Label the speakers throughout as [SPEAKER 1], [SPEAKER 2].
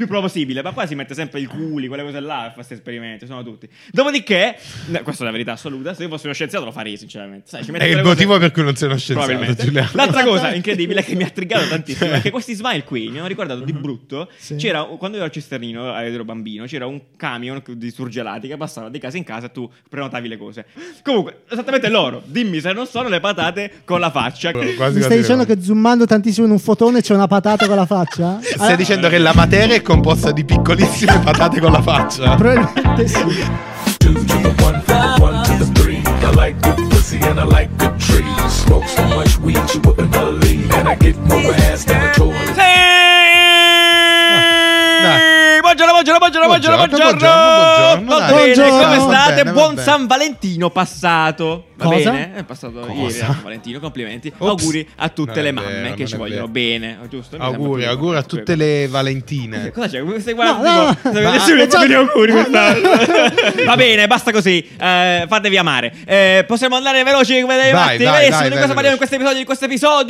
[SPEAKER 1] più plausibile, ma qua si mette sempre il culi, quelle cose là, e fa questi esperimenti, sono tutti. Dopodiché, no, questa è la verità assoluta, se io fossi uno scienziato lo farei sinceramente. Sai, ci
[SPEAKER 2] È
[SPEAKER 1] mette
[SPEAKER 2] il
[SPEAKER 1] quelle cose-
[SPEAKER 2] motivo per cui non sei uno scienziato,
[SPEAKER 1] Probabilmente.
[SPEAKER 2] Giuliano.
[SPEAKER 1] L'altra cosa incredibile che mi ha triggato tantissimo è che questi smile qui mi hanno ricordato
[SPEAKER 2] Mhm.
[SPEAKER 1] di brutto.
[SPEAKER 3] Sì.
[SPEAKER 1] C'era, quando io ero cisternino, eh, ero bambino, c'era un camion di surgelati che passava di casa in casa e tu prenotavi le cose. Comunque, esattamente loro. Dimmi se non sono le patate con la faccia.
[SPEAKER 2] Quasi
[SPEAKER 3] Mi
[SPEAKER 2] quasi
[SPEAKER 3] stai dicendo
[SPEAKER 2] no.
[SPEAKER 3] che zoomando tantissimo in un fotone c'è una patata con la faccia?
[SPEAKER 2] Stai dicendo che la materia è composta di piccolissime patate con la faccia?
[SPEAKER 3] Probabilmente sì.
[SPEAKER 4] two to the one, from the one to the three. I like good pussy and I like good tree. Smoke so much weed you wouldn't believe, and I get more ass than a toilet.
[SPEAKER 1] Sì!
[SPEAKER 2] dai.
[SPEAKER 1] Buongiorno, buongiorno, buongiorno, buongiorno,
[SPEAKER 2] Buongiorno,
[SPEAKER 1] buongiorno.
[SPEAKER 2] buongiorno, buongiorno,
[SPEAKER 1] Va
[SPEAKER 2] dai.
[SPEAKER 1] bene,
[SPEAKER 3] Buongiorno.
[SPEAKER 1] come
[SPEAKER 3] Va
[SPEAKER 1] state?
[SPEAKER 2] bene, va
[SPEAKER 1] Buon
[SPEAKER 2] bene.
[SPEAKER 1] San Valentino passato. Va
[SPEAKER 3] Cosa?
[SPEAKER 1] bene? È passato ieri
[SPEAKER 2] Cosa?
[SPEAKER 1] San Valentino, complimenti.
[SPEAKER 2] Ops.
[SPEAKER 1] Auguri a tutte
[SPEAKER 2] Non è
[SPEAKER 1] le mamme
[SPEAKER 2] vero,
[SPEAKER 1] che
[SPEAKER 2] non
[SPEAKER 1] ci
[SPEAKER 2] è
[SPEAKER 1] vogliono
[SPEAKER 2] vero.
[SPEAKER 1] bene, giusto? Mi sembra
[SPEAKER 2] Auguri,
[SPEAKER 1] giusto.
[SPEAKER 2] auguri a tutte le Valentine.
[SPEAKER 1] Eh, Cosa c'è? Stai
[SPEAKER 3] No,
[SPEAKER 1] guardando?
[SPEAKER 3] no,
[SPEAKER 1] tipo-
[SPEAKER 2] no. eh,
[SPEAKER 1] Nessuno
[SPEAKER 3] Ma-
[SPEAKER 1] mi fa
[SPEAKER 3] già-
[SPEAKER 1] gli auguri
[SPEAKER 2] Ah,
[SPEAKER 3] no,
[SPEAKER 1] quest'anno. Va bene, basta così. Eh, fatevi amare. Eh, possiamo andare veloci come dei
[SPEAKER 2] Vai,
[SPEAKER 1] matti.
[SPEAKER 2] vai,
[SPEAKER 1] Benissimo,
[SPEAKER 2] vai,
[SPEAKER 1] di
[SPEAKER 2] vai,
[SPEAKER 1] cosa parliamo in
[SPEAKER 2] veloci.
[SPEAKER 1] questo episodio? Di questo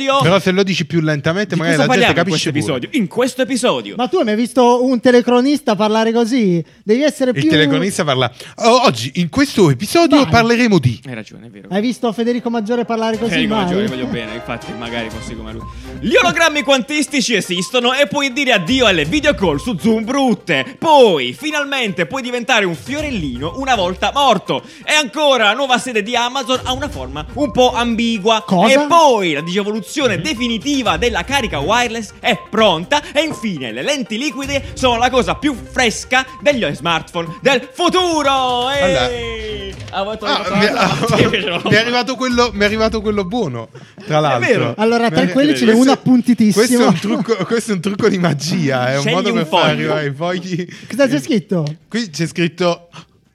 [SPEAKER 1] episodio?
[SPEAKER 2] Però se lo dici più lentamente,
[SPEAKER 1] Di
[SPEAKER 2] magari
[SPEAKER 1] cosa
[SPEAKER 2] la gente
[SPEAKER 1] parliamo in questo
[SPEAKER 2] capisce. pure.
[SPEAKER 1] episodio? In questo episodio.
[SPEAKER 3] Ma tu hai mai visto un telecronista parlare così? Devi essere più.
[SPEAKER 2] Il telecronista parla. "O- Oggi, in questo episodio,
[SPEAKER 3] Vai.
[SPEAKER 2] parleremo di.
[SPEAKER 1] Hai ragione, è vero.
[SPEAKER 3] Hai visto Federico Maggiore parlare così?
[SPEAKER 1] Federico
[SPEAKER 3] mai?
[SPEAKER 1] Maggiore, voglio bene, infatti magari fossi come lui. Gli ologrammi quantistici esistono e puoi dire addio alle video call su Zoom brutte. Poi, finalmente, puoi diventare un fiorellino una volta morto. E ancora, la nuova sede di Amazon ha una forma un po' ambigua.
[SPEAKER 3] Cosa?
[SPEAKER 1] E poi, la digievoluzione definitiva della carica wireless è pronta. E infine, le lenti liquide sono la cosa più fresca degli smartphone del futuro.
[SPEAKER 2] Allora.
[SPEAKER 1] Ehi! Ah, vuoi
[SPEAKER 2] Ah,
[SPEAKER 1] togliere
[SPEAKER 2] mi,
[SPEAKER 1] la cosa? Sì, invece no.
[SPEAKER 2] mi è arrivato quello, mi è arrivato quello buono. Tra l'altro,
[SPEAKER 1] vero.
[SPEAKER 3] Allora, tra
[SPEAKER 2] Mi è-
[SPEAKER 3] quelli ce n'è
[SPEAKER 2] questo-
[SPEAKER 3] uno appuntitissimo.
[SPEAKER 2] Questo è, un trucco, questo è un trucco di magia. È un
[SPEAKER 1] Scegli
[SPEAKER 2] modo
[SPEAKER 1] un
[SPEAKER 2] per far
[SPEAKER 1] foglio.
[SPEAKER 2] arrivare i fogli.
[SPEAKER 3] Cosa c'è scritto?
[SPEAKER 2] Qui c'è scritto.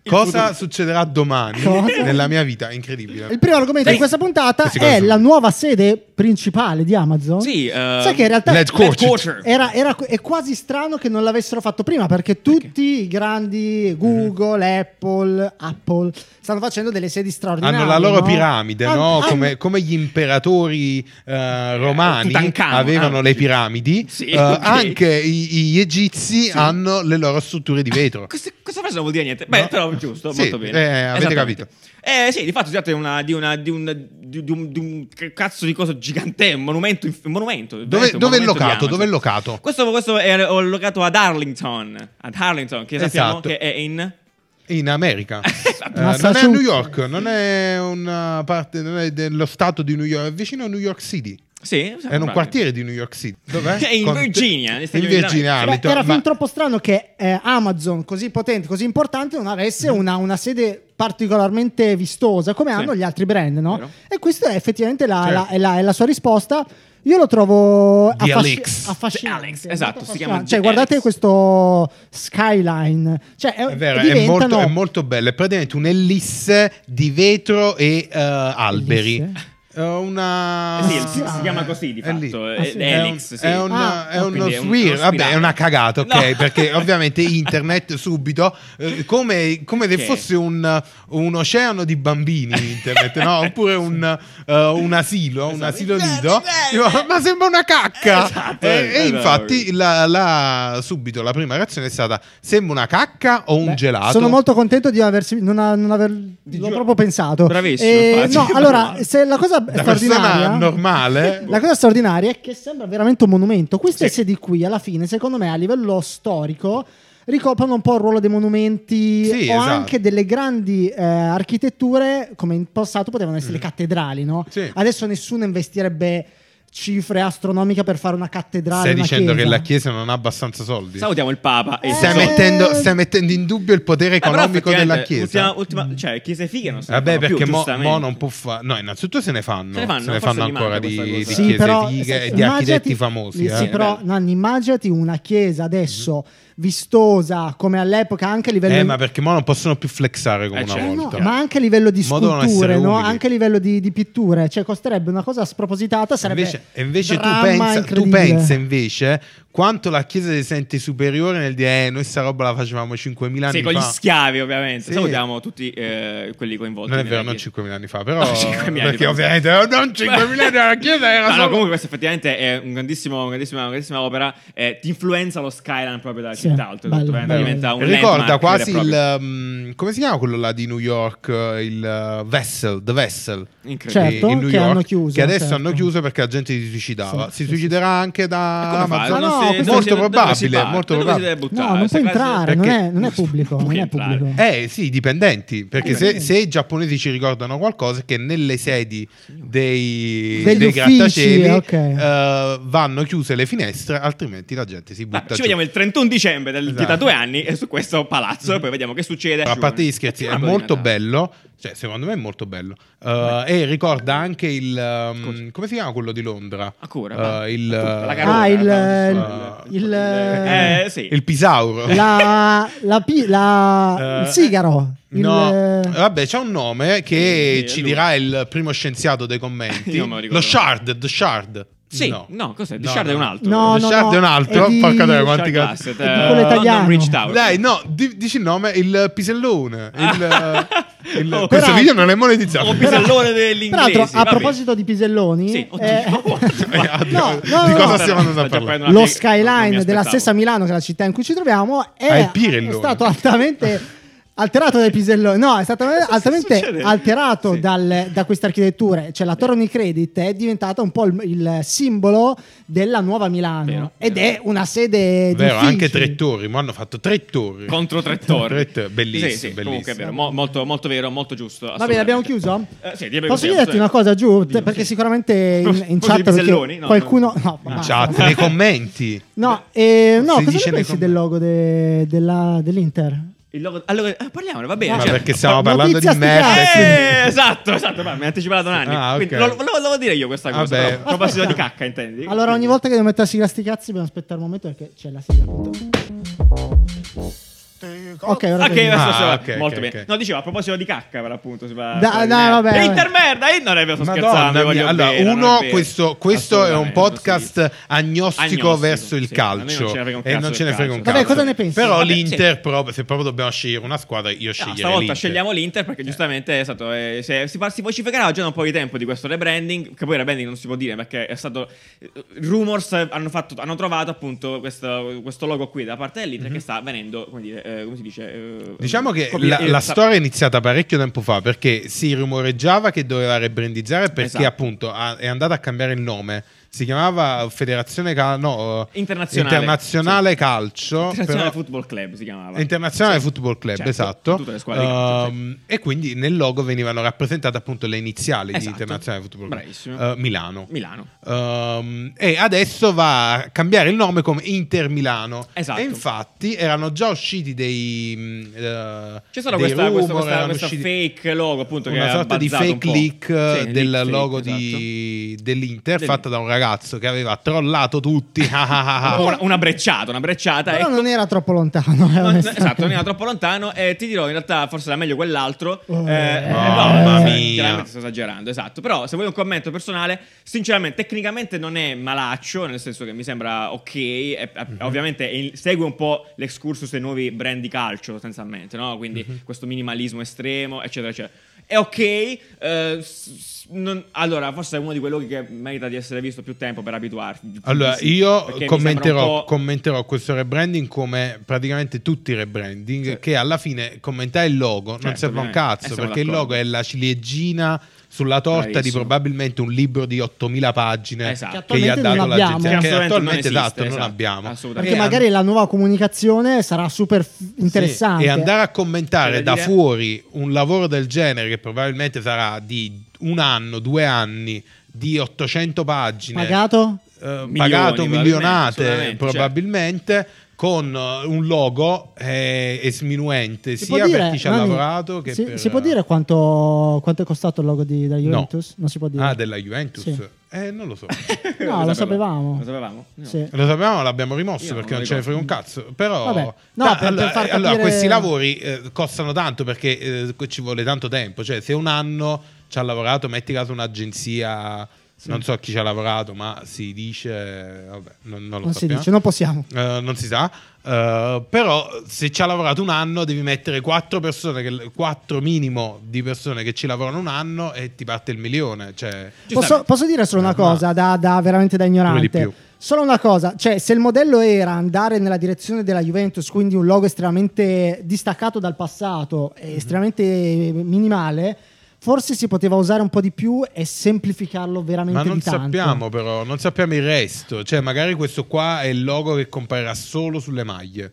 [SPEAKER 2] Cosa
[SPEAKER 1] futuro.
[SPEAKER 2] succederà domani
[SPEAKER 3] Cosa?
[SPEAKER 2] nella mia vita? Incredibile.
[SPEAKER 3] Il primo argomento
[SPEAKER 1] Sì.
[SPEAKER 3] di questa puntata
[SPEAKER 2] Questi cosa
[SPEAKER 3] è
[SPEAKER 2] sono?
[SPEAKER 3] la nuova sede principale di Amazon.
[SPEAKER 1] Sì, eh,
[SPEAKER 3] Sai che in realtà
[SPEAKER 2] Let's go.
[SPEAKER 1] Headquarter.
[SPEAKER 3] era- era- è quasi strano che non l'avessero fatto prima perché tutti i grandi Google, Apple, Apple stanno facendo delle sedi straordinarie.
[SPEAKER 2] Hanno la loro
[SPEAKER 3] no? Ah,
[SPEAKER 2] piramide,
[SPEAKER 3] Han-
[SPEAKER 2] no?
[SPEAKER 3] han-
[SPEAKER 2] Come, come gli imperatori eh, romani
[SPEAKER 1] Tutankhamon,
[SPEAKER 2] avevano
[SPEAKER 1] anche.
[SPEAKER 2] le piramidi,
[SPEAKER 1] Sì,
[SPEAKER 2] eh,
[SPEAKER 1] ok.
[SPEAKER 2] anche i- gli egizi hanno le loro strutture di vetro.
[SPEAKER 1] Questa, Ecco. questa frase non vuol dire niente. Beh,
[SPEAKER 2] No.
[SPEAKER 1] però giusto,
[SPEAKER 2] Sì,
[SPEAKER 1] molto bene.
[SPEAKER 2] eh, avete
[SPEAKER 1] Esattamente.
[SPEAKER 2] capito.
[SPEAKER 1] Eh sì, di fatto si tratta di, una, di, una, di, un, di, di un, di un c- cazzo di cosa gigante, un monumento. inf- Un monumento
[SPEAKER 2] Dove,
[SPEAKER 1] veramente un
[SPEAKER 2] dove è
[SPEAKER 1] monumento di
[SPEAKER 2] locato?
[SPEAKER 1] Amazon.
[SPEAKER 2] Dove è locato?
[SPEAKER 1] Questo, questo è ho locato ad Arlington. Ad Arlington, che sappiamo
[SPEAKER 2] Esatto.
[SPEAKER 1] che è in.
[SPEAKER 2] In America. Eh, non è
[SPEAKER 3] Massachusetts.
[SPEAKER 2] a New York, non è una parte non è dello stato di New York, è vicino a New York City.
[SPEAKER 1] Sì,
[SPEAKER 2] È in un quartiere di New York City. Dov'è?
[SPEAKER 1] È in
[SPEAKER 2] Con-
[SPEAKER 1] Virginia, negli Stati
[SPEAKER 2] In
[SPEAKER 1] Uniti
[SPEAKER 2] Virginia,
[SPEAKER 3] Beh,
[SPEAKER 2] Arlington.
[SPEAKER 3] era fin
[SPEAKER 2] Ma-
[SPEAKER 3] troppo strano che eh, Amazon, così potente, così importante, non avesse una, una sede particolarmente vistosa come
[SPEAKER 1] Sì.
[SPEAKER 3] hanno gli altri brand, no?
[SPEAKER 1] Vero.
[SPEAKER 3] E questa è effettivamente la,
[SPEAKER 2] Certo.
[SPEAKER 3] la- è la- è la sua risposta. Io lo trovo
[SPEAKER 2] The
[SPEAKER 3] affasci-
[SPEAKER 2] Alex.
[SPEAKER 3] affascinante.
[SPEAKER 1] The Alex,
[SPEAKER 3] molto
[SPEAKER 1] esatto, si chiama
[SPEAKER 3] affascinante. Cioè,
[SPEAKER 1] The
[SPEAKER 3] guardate
[SPEAKER 1] Alex.
[SPEAKER 3] questo skyline. Cioè, è,
[SPEAKER 2] È vero, è
[SPEAKER 3] diventano-
[SPEAKER 2] molto, è molto bello. È praticamente un'ellisse di vetro e eh, alberi.
[SPEAKER 3] Ellisse?
[SPEAKER 2] Eh, una...
[SPEAKER 1] Eh Sì, si- si chiama così, di fatto,
[SPEAKER 2] Elli-
[SPEAKER 3] eh, sì.
[SPEAKER 2] È, un-
[SPEAKER 1] Helix, sì.
[SPEAKER 2] è un-
[SPEAKER 3] Ah,
[SPEAKER 2] è
[SPEAKER 1] no,
[SPEAKER 2] uno
[SPEAKER 1] quindi è un-
[SPEAKER 2] swirl.
[SPEAKER 1] uno
[SPEAKER 2] Vabbè,
[SPEAKER 1] spirale.
[SPEAKER 2] è una cagata, ok?
[SPEAKER 1] No.
[SPEAKER 2] Perché ovviamente internet subito, eh, come, come se
[SPEAKER 1] Che-
[SPEAKER 2] fosse un, un oceano di bambini internet, no? Oppure un, eh, un asilo, un
[SPEAKER 1] Esatto.
[SPEAKER 2] asilo
[SPEAKER 1] Sì,
[SPEAKER 2] nido.
[SPEAKER 1] sì,
[SPEAKER 2] Io,
[SPEAKER 1] sì.
[SPEAKER 2] Ma sembra una cacca!
[SPEAKER 1] Esatto,
[SPEAKER 2] e,
[SPEAKER 1] eh,
[SPEAKER 2] e
[SPEAKER 1] eh,
[SPEAKER 2] infatti la, la- subito la prima reazione è stata sembra una cacca o un
[SPEAKER 3] Beh,
[SPEAKER 2] gelato?
[SPEAKER 3] Sono molto contento di aversi, non, a- non aver l'ho
[SPEAKER 1] giuro.
[SPEAKER 3] proprio pensato.
[SPEAKER 1] Bravissimo,
[SPEAKER 3] Eh,
[SPEAKER 1] infatti.
[SPEAKER 3] no, allora, se la cosa
[SPEAKER 2] da
[SPEAKER 3] straordinaria
[SPEAKER 2] persona normale
[SPEAKER 3] Eh, La cosa straordinaria è che sembra veramente un monumento. Queste
[SPEAKER 1] Sì.
[SPEAKER 3] sedi qui, alla fine, secondo me, a livello storico, ricoprono un po' il ruolo dei monumenti
[SPEAKER 2] Sì,
[SPEAKER 3] o
[SPEAKER 2] esatto.
[SPEAKER 3] anche delle grandi eh, architetture, come in passato potevano essere cattedrali, no?
[SPEAKER 2] Mm. Sì.
[SPEAKER 3] Adesso nessuno investirebbe cifre astronomiche per fare una cattedrale.
[SPEAKER 2] stai
[SPEAKER 3] una
[SPEAKER 2] dicendo che
[SPEAKER 3] chiesa.
[SPEAKER 2] la chiesa non ha abbastanza soldi
[SPEAKER 1] Salutiamo il Papa. e il
[SPEAKER 2] stai,
[SPEAKER 1] suo-
[SPEAKER 3] Eh,
[SPEAKER 2] mettendo, stai mettendo in dubbio il potere
[SPEAKER 1] Eh, però
[SPEAKER 2] economico della
[SPEAKER 1] effettivamente,
[SPEAKER 2] chiesa Eh,
[SPEAKER 1] Ultima, ultima, cioè, chiese fighe non se ne
[SPEAKER 2] Vabbè,
[SPEAKER 1] fanno
[SPEAKER 2] perché
[SPEAKER 1] più,
[SPEAKER 2] mo,
[SPEAKER 1] giustamente.
[SPEAKER 2] mo non può fare. No, innanzitutto se ne fanno.
[SPEAKER 1] Se ne fanno, forse rimane
[SPEAKER 2] ancora di,
[SPEAKER 1] questa
[SPEAKER 2] di
[SPEAKER 1] cosa.
[SPEAKER 3] Sì,
[SPEAKER 2] chiese
[SPEAKER 3] però,
[SPEAKER 2] fighe
[SPEAKER 3] se-
[SPEAKER 2] e di architetti
[SPEAKER 3] immaginati-
[SPEAKER 2] famosi.
[SPEAKER 3] Sì,
[SPEAKER 2] eh. Mm-hmm.
[SPEAKER 3] però, Nanni, immaginati una chiesa adesso vistosa come all'epoca, anche a livello
[SPEAKER 2] Eh, ma perché mo non possono più flexare come
[SPEAKER 1] Eh,
[SPEAKER 2] una
[SPEAKER 1] certo.
[SPEAKER 3] Eh no,
[SPEAKER 2] volta.
[SPEAKER 3] ma anche a livello di
[SPEAKER 2] Mo devono
[SPEAKER 3] sculture,
[SPEAKER 2] essere
[SPEAKER 3] no?
[SPEAKER 2] umili.
[SPEAKER 3] anche a livello di, di pitture, cioè costerebbe una cosa spropositata, sarebbe
[SPEAKER 2] Invece, invece tu,
[SPEAKER 3] dramma
[SPEAKER 2] pensa, tu
[SPEAKER 3] incredibile.
[SPEAKER 2] pensa invece quanto la Chiesa si sente superiore nel dire eh, noi sta roba la facevamo 5.000 anni
[SPEAKER 1] Sì, con
[SPEAKER 2] fa.
[SPEAKER 1] gli schiavi, ovviamente.
[SPEAKER 2] Sì.
[SPEAKER 1] Salutiamo tutti eh, quelli coinvolti.
[SPEAKER 2] Non è
[SPEAKER 1] nella
[SPEAKER 2] vero, non
[SPEAKER 1] chiesa.
[SPEAKER 2] 5.000 anni fa, però...
[SPEAKER 1] No, 5.000 anni
[SPEAKER 2] perché
[SPEAKER 1] fa.
[SPEAKER 2] ovviamente eh, non 5.000 anni fa, la Chiesa era
[SPEAKER 1] No, no,
[SPEAKER 2] solo...
[SPEAKER 1] comunque questa effettivamente è un grandissimo, un grandissima, una grandissima opera. eh, ti influenza lo skyline proprio della
[SPEAKER 3] Sì,
[SPEAKER 1] città, oltretutto,
[SPEAKER 3] bello,
[SPEAKER 1] veramente
[SPEAKER 3] bello.
[SPEAKER 1] diventa un
[SPEAKER 2] Ricorda
[SPEAKER 1] landmark
[SPEAKER 2] quasi
[SPEAKER 1] vero e proprio.
[SPEAKER 2] il... mm, come si chiama quello là di New York? eh, Il uh, Vessel, The Vessel.
[SPEAKER 1] Incredibile.
[SPEAKER 3] Certo,
[SPEAKER 2] di- in New
[SPEAKER 3] che
[SPEAKER 2] York,
[SPEAKER 3] hanno chiuso,
[SPEAKER 2] che adesso
[SPEAKER 3] certo.
[SPEAKER 2] hanno chiuso perché la gente si suicidava.
[SPEAKER 3] Sì,
[SPEAKER 2] si
[SPEAKER 3] sì,
[SPEAKER 2] suiciderà anche
[SPEAKER 1] E
[SPEAKER 2] da
[SPEAKER 1] come fa?
[SPEAKER 2] Amazon.
[SPEAKER 1] Non
[SPEAKER 3] no,
[SPEAKER 1] si-
[SPEAKER 3] questo-
[SPEAKER 1] non si-
[SPEAKER 2] molto
[SPEAKER 1] dove si
[SPEAKER 2] probabile,
[SPEAKER 1] parte?
[SPEAKER 2] molto
[SPEAKER 1] Dove si
[SPEAKER 2] probabile.
[SPEAKER 1] deve buttare?
[SPEAKER 3] No, non
[SPEAKER 1] Questa
[SPEAKER 3] puoi
[SPEAKER 1] classe-
[SPEAKER 3] entrare, non
[SPEAKER 2] perché-
[SPEAKER 3] è, non è pubblico.
[SPEAKER 1] puoi
[SPEAKER 3] non è
[SPEAKER 1] entrare.
[SPEAKER 3] pubblico.
[SPEAKER 2] Eh sì, i dipendenti, perché se,
[SPEAKER 3] Dipendenti.
[SPEAKER 2] se i giapponesi ci ricordano qualcosa è che nelle sedi dei,
[SPEAKER 3] Degli
[SPEAKER 2] dei
[SPEAKER 3] uffici,
[SPEAKER 2] grattacieli
[SPEAKER 3] ok.
[SPEAKER 2] eh, vanno chiuse le finestre, altrimenti la gente si
[SPEAKER 1] Ma
[SPEAKER 2] butta
[SPEAKER 1] ci
[SPEAKER 2] giù.
[SPEAKER 1] vediamo il 31 dicembre del, di da
[SPEAKER 2] Esatto.
[SPEAKER 1] due anni eh, su questo palazzo e poi vediamo che succede.
[SPEAKER 2] a parte gli scherzi, è
[SPEAKER 1] Babbo di
[SPEAKER 2] molto
[SPEAKER 1] Natale.
[SPEAKER 2] bello, cioè secondo me è molto bello. Eh, e ricorda anche il... ehm,
[SPEAKER 1] Cosa?
[SPEAKER 2] come si chiama quello di Londra?
[SPEAKER 1] Ancora?
[SPEAKER 2] Eh,
[SPEAKER 1] va.
[SPEAKER 2] il,
[SPEAKER 1] La
[SPEAKER 2] eh,
[SPEAKER 1] carota,
[SPEAKER 3] Ah, il-
[SPEAKER 1] la-
[SPEAKER 2] il-
[SPEAKER 3] il-
[SPEAKER 1] eh, sì.
[SPEAKER 2] Il Pisauro.
[SPEAKER 3] La, la pi- la-
[SPEAKER 2] Eh,
[SPEAKER 3] il sigaro. il- eh,
[SPEAKER 2] No, vabbè, c'è un nome che
[SPEAKER 1] Sì, sì, è
[SPEAKER 2] ci
[SPEAKER 1] Eh, lui.
[SPEAKER 2] dirà il primo scienziato dei commenti.
[SPEAKER 1] Io me lo ricordo.
[SPEAKER 2] lo Shard, The Shard.
[SPEAKER 1] Sì, no, cos'è? The
[SPEAKER 2] No,
[SPEAKER 1] Shard è
[SPEAKER 2] no.
[SPEAKER 1] un altro.
[SPEAKER 3] No,
[SPEAKER 2] The Shard è un altro.
[SPEAKER 3] è di-
[SPEAKER 2] Porca dai,
[SPEAKER 1] Shard
[SPEAKER 2] quanti cazzo.
[SPEAKER 1] Glass, eh,
[SPEAKER 3] quello italiano.
[SPEAKER 1] London Bridge Tower.
[SPEAKER 2] Dai, no, di- dici il nome, il pisellone. Il, il-
[SPEAKER 1] Oh,
[SPEAKER 2] questo
[SPEAKER 3] peraltro-
[SPEAKER 2] video non è
[SPEAKER 1] O
[SPEAKER 2] monetizzato.
[SPEAKER 1] pisellone
[SPEAKER 2] Ah,
[SPEAKER 1] dell'inglese.
[SPEAKER 3] Peraltro, a proposito di piselloni,
[SPEAKER 1] Sì, oddio,
[SPEAKER 3] eh,
[SPEAKER 2] no,
[SPEAKER 3] No,
[SPEAKER 2] Eh, di
[SPEAKER 3] no, no.
[SPEAKER 2] cosa stiamo andando
[SPEAKER 1] Sto
[SPEAKER 2] a
[SPEAKER 1] già
[SPEAKER 2] parlare?
[SPEAKER 1] prendendo una
[SPEAKER 3] lo
[SPEAKER 1] piega- non mi
[SPEAKER 3] skyline della
[SPEAKER 1] aspettavo.
[SPEAKER 3] stessa Milano, che è la città in cui ci troviamo,
[SPEAKER 2] Ah,
[SPEAKER 3] è,
[SPEAKER 2] il Pirello.
[SPEAKER 3] è stato altamente alterato dai piselloni. No, è stato
[SPEAKER 1] succede?
[SPEAKER 3] altamente alterato
[SPEAKER 1] Sì.
[SPEAKER 3] dal- da queste architetture. Cioè, la Torre Unicredit è diventata un po' il, il simbolo della nuova Milano
[SPEAKER 1] Vero,
[SPEAKER 3] ed
[SPEAKER 1] vero.
[SPEAKER 3] è una sede di
[SPEAKER 2] Vero, anche
[SPEAKER 3] uffici.
[SPEAKER 2] tre torri, ma hanno fatto tre torri.
[SPEAKER 1] Contro tre torri.
[SPEAKER 2] Tre torri, bellissimo,
[SPEAKER 1] Sì, sì, comunque è
[SPEAKER 2] bellissimo.
[SPEAKER 1] vero, mo- molto, molto vero, molto giusto.
[SPEAKER 3] Va bene, abbiamo chiuso?
[SPEAKER 1] assolutamente. Eh, sì, direi
[SPEAKER 3] Posso
[SPEAKER 1] così,
[SPEAKER 3] dirti una cosa, giù?
[SPEAKER 1] Dillo,
[SPEAKER 3] perché
[SPEAKER 1] sì.
[SPEAKER 3] sicuramente in, in
[SPEAKER 1] Posso dire
[SPEAKER 3] chat perché
[SPEAKER 1] piselloni? No,
[SPEAKER 3] qualcuno.
[SPEAKER 1] no.
[SPEAKER 3] No,
[SPEAKER 2] In
[SPEAKER 3] basta.
[SPEAKER 2] chat, nei commenti.
[SPEAKER 3] No, eh, no
[SPEAKER 2] Si
[SPEAKER 3] cosa
[SPEAKER 2] dice
[SPEAKER 3] ne
[SPEAKER 2] nei
[SPEAKER 3] pensi
[SPEAKER 2] commenti.
[SPEAKER 3] del logo de- della- dell'Inter?
[SPEAKER 1] Il logo- Allora, eh, parliamone, va bene.
[SPEAKER 2] Ma
[SPEAKER 1] cioè-
[SPEAKER 2] perché stiamo
[SPEAKER 3] notizia
[SPEAKER 2] parlando di
[SPEAKER 3] sti
[SPEAKER 2] merda?
[SPEAKER 3] cazzi.
[SPEAKER 2] e quindi-
[SPEAKER 1] Eh, esatto, esatto, ma mi ha anticipato Nanni.
[SPEAKER 2] Ah, ok.
[SPEAKER 1] Quindi lo, lo volevo dire io questa cosa.
[SPEAKER 2] Vabbè.
[SPEAKER 1] però, A proposito di cacca, intendi?
[SPEAKER 3] Allora, ogni volta che devo mettere la sigla sti cazzi, dobbiamo aspettare un momento perché c'è la sigla. appunto. Ok, ora
[SPEAKER 1] Ok,
[SPEAKER 3] termino.
[SPEAKER 1] adesso-
[SPEAKER 2] Ah, ok,
[SPEAKER 1] molto
[SPEAKER 2] ok,
[SPEAKER 1] bene.
[SPEAKER 2] ok.
[SPEAKER 1] No, dicevo a proposito di cacca, per l'appunto. Si va
[SPEAKER 3] Da-
[SPEAKER 1] parla di
[SPEAKER 3] no,
[SPEAKER 1] merda.
[SPEAKER 3] vabbè.
[SPEAKER 1] Intermerda, io non è vero, sto scherzando.
[SPEAKER 2] Madonna
[SPEAKER 1] voglio
[SPEAKER 2] mia. Allora,
[SPEAKER 1] bene, non è
[SPEAKER 2] uno,
[SPEAKER 1] vero.
[SPEAKER 2] questo, questo è un
[SPEAKER 1] Assolutamente,
[SPEAKER 2] podcast
[SPEAKER 1] sì.
[SPEAKER 2] agnostico,
[SPEAKER 1] Agnostico,
[SPEAKER 2] verso il
[SPEAKER 1] sì, a noi non
[SPEAKER 2] calcio
[SPEAKER 1] ce ne frega un
[SPEAKER 2] e non
[SPEAKER 1] cazzo
[SPEAKER 2] ce ne
[SPEAKER 1] del
[SPEAKER 2] frega
[SPEAKER 1] calcio.
[SPEAKER 2] un cazzo.
[SPEAKER 3] Vabbè, cosa ne pensi?
[SPEAKER 2] Però
[SPEAKER 1] Vabbè,
[SPEAKER 2] l'Inter, proprio- se proprio dobbiamo scegliere una squadra, io
[SPEAKER 1] No,
[SPEAKER 2] sceglierei
[SPEAKER 1] stavolta
[SPEAKER 2] l'Inter.
[SPEAKER 1] scegliamo l'Inter perché giustamente è stato. eh, se- si, fa- si vociferava già da un po' di tempo di questo rebranding. Che poi rebranding non si può dire perché è stato. eh, Rumors hanno, fatto- hanno trovato appunto questo, questo logo qui da parte dell'Inter
[SPEAKER 2] Mhm.
[SPEAKER 1] che sta venendo. Come, dire, eh, come si dice? eh,
[SPEAKER 2] Diciamo che
[SPEAKER 1] copi-
[SPEAKER 2] la,
[SPEAKER 1] eh,
[SPEAKER 2] la
[SPEAKER 1] sta-
[SPEAKER 2] storia è iniziata parecchio tempo fa perché si rumoreggiava che doveva rebrandizzare perché
[SPEAKER 1] Esatto.
[SPEAKER 2] appunto ha- è andata a cambiare il nome. Si chiamava Federazione Cal- no, eh,
[SPEAKER 1] Internazionale.
[SPEAKER 2] Internazionale Calcio.
[SPEAKER 1] Internazionale
[SPEAKER 2] però-
[SPEAKER 1] Football Club si chiamava.
[SPEAKER 2] Internazionale
[SPEAKER 1] Sì.
[SPEAKER 2] Football Club,
[SPEAKER 1] Certo,
[SPEAKER 2] esatto.
[SPEAKER 1] Tutte le squadre di calcio, sì.
[SPEAKER 2] Ehm, E quindi nel logo venivano rappresentate appunto le iniziali di
[SPEAKER 1] Esatto.
[SPEAKER 2] Internazionale Football Club.
[SPEAKER 1] Bravissimo.
[SPEAKER 2] Eh, Milano.
[SPEAKER 1] Milano.
[SPEAKER 2] Ehm, e adesso va a cambiare il nome come Inter Milano.
[SPEAKER 1] Esatto.
[SPEAKER 2] E infatti erano già usciti dei. mh, eh,
[SPEAKER 1] C'è stata
[SPEAKER 2] dei
[SPEAKER 1] questa, questa,
[SPEAKER 2] rumor,
[SPEAKER 1] questa-
[SPEAKER 2] erano
[SPEAKER 1] questa
[SPEAKER 2] usciti-
[SPEAKER 1] fake logo appunto che
[SPEAKER 2] una
[SPEAKER 1] ha
[SPEAKER 2] sorta di
[SPEAKER 1] abbazzato un
[SPEAKER 2] fake
[SPEAKER 1] po'.
[SPEAKER 2] leak eh,
[SPEAKER 1] Sì,
[SPEAKER 2] del
[SPEAKER 1] leak, fake,
[SPEAKER 2] logo
[SPEAKER 1] esatto.
[SPEAKER 2] di- dell'Inter
[SPEAKER 1] Del-
[SPEAKER 2] fatta da un ragazzo che aveva trollato tutti.
[SPEAKER 1] Ah, Una, una brecciata, una brecciata.
[SPEAKER 3] Però
[SPEAKER 1] ecco.
[SPEAKER 3] non era troppo lontano. eh,
[SPEAKER 1] Non-
[SPEAKER 3] onestamente.
[SPEAKER 1] esatto, non era troppo lontano. E ti dirò, in realtà, forse era meglio quell'altro. Eh,
[SPEAKER 3] Oh,
[SPEAKER 2] mamma
[SPEAKER 1] eh,
[SPEAKER 2] mia.
[SPEAKER 1] Chiaramente sto esagerando, esatto. Però, se vuoi un commento personale, sinceramente, tecnicamente non è malaccio, nel senso che mi sembra ok. e- e-
[SPEAKER 2] Mhm.
[SPEAKER 1] Ovviamente e- segue un po' l'excursus dei nuovi brand di calcio, sostanzialmente, no? Quindi
[SPEAKER 2] Mhm.
[SPEAKER 1] questo minimalismo estremo, eccetera, eccetera. È ok. eh, s- s- non- allora, forse è uno di quelli che merita di essere visto più tempo per abituarti.
[SPEAKER 2] Allora, io
[SPEAKER 1] Perché mi sembra un
[SPEAKER 2] commenterò,
[SPEAKER 1] po'-
[SPEAKER 2] commenterò questo rebranding come praticamente tutti i rebranding, che alla fine commentare il logo non
[SPEAKER 1] Certo,
[SPEAKER 2] serve a un
[SPEAKER 1] ovviamente. Eh,
[SPEAKER 2] cazzo,
[SPEAKER 1] siamo
[SPEAKER 2] perché il
[SPEAKER 1] d'accordo.
[SPEAKER 2] logo è la ciliegina sulla torta
[SPEAKER 1] Bravissimo.
[SPEAKER 2] di probabilmente un libro di 8000 pagine
[SPEAKER 1] Esatto.
[SPEAKER 2] che gli ha
[SPEAKER 3] Che
[SPEAKER 2] dato
[SPEAKER 3] attualmente
[SPEAKER 2] la
[SPEAKER 3] non abbiamo.
[SPEAKER 2] gente, che
[SPEAKER 1] Che
[SPEAKER 2] attualmente
[SPEAKER 1] assolutamente non esiste,
[SPEAKER 2] esatto, non
[SPEAKER 1] esatto,
[SPEAKER 2] abbiamo.
[SPEAKER 1] assolutamente.
[SPEAKER 3] Perché
[SPEAKER 2] E
[SPEAKER 3] magari la nuova comunicazione sarà super f- interessante.
[SPEAKER 2] Sì, e andare a commentare
[SPEAKER 1] C'è da
[SPEAKER 2] da
[SPEAKER 1] dire?
[SPEAKER 2] fuori un lavoro del genere che probabilmente sarà di un anno, due anni, di 800 pagine,
[SPEAKER 3] Pagato?
[SPEAKER 2] eh,
[SPEAKER 1] Milioni,
[SPEAKER 2] pagato
[SPEAKER 1] probabilmente, certo.
[SPEAKER 2] milionate
[SPEAKER 1] assolutamente,
[SPEAKER 2] probabilmente. Con eh, un logo eh, esminuente
[SPEAKER 3] Si può
[SPEAKER 2] sia per
[SPEAKER 3] dire,
[SPEAKER 2] chi ci ha
[SPEAKER 3] Nani,
[SPEAKER 2] lavorato che
[SPEAKER 3] si,
[SPEAKER 2] per
[SPEAKER 3] si può dire quanto, quanto è costato il logo di, della Juventus? Non si può dire.
[SPEAKER 2] Ah, della Juventus?
[SPEAKER 3] Sì.
[SPEAKER 2] Eh, non lo so.
[SPEAKER 3] No, lo sapevamo.
[SPEAKER 1] Lo sapevamo. No.
[SPEAKER 3] Sì.
[SPEAKER 2] Lo sapevamo, l'abbiamo rimosso
[SPEAKER 1] Io non
[SPEAKER 2] perché
[SPEAKER 1] lo
[SPEAKER 2] non ce ne frega
[SPEAKER 1] ricordo.
[SPEAKER 2] un cazzo. Però
[SPEAKER 3] Vabbè. No, per- per
[SPEAKER 2] allora,
[SPEAKER 3] far capire-
[SPEAKER 2] allora, questi lavori eh, costano tanto perché eh, ci vuole tanto tempo. Cioè, se un anno ci ha lavorato, metti caso un'agenzia Non so chi ci ha lavorato, ma si dice... Vabbè, non, non lo
[SPEAKER 3] Non si
[SPEAKER 2] sappiamo.
[SPEAKER 3] dice, non possiamo.
[SPEAKER 2] Eh, non si sa, Eh, però se ci ha lavorato un anno devi mettere quattro persone, che- quattro minimo di persone che ci lavorano un anno e ti parte il milione. Cioè,
[SPEAKER 3] Posso, posso dire solo una
[SPEAKER 2] Ma-
[SPEAKER 3] cosa, da, da- veramente da
[SPEAKER 2] Due di più.
[SPEAKER 3] ignorante? Solo una cosa, cioè se il modello era andare nella direzione della Juventus, quindi un logo estremamente distaccato dal passato, e
[SPEAKER 2] Mhm.
[SPEAKER 3] estremamente minimale, forse si poteva usare un po' di più e semplificarlo veramente
[SPEAKER 2] ma non
[SPEAKER 3] di tanto.
[SPEAKER 2] sappiamo però, non sappiamo il resto. Cioè, magari questo qua è il logo che comparirà solo sulle maglie.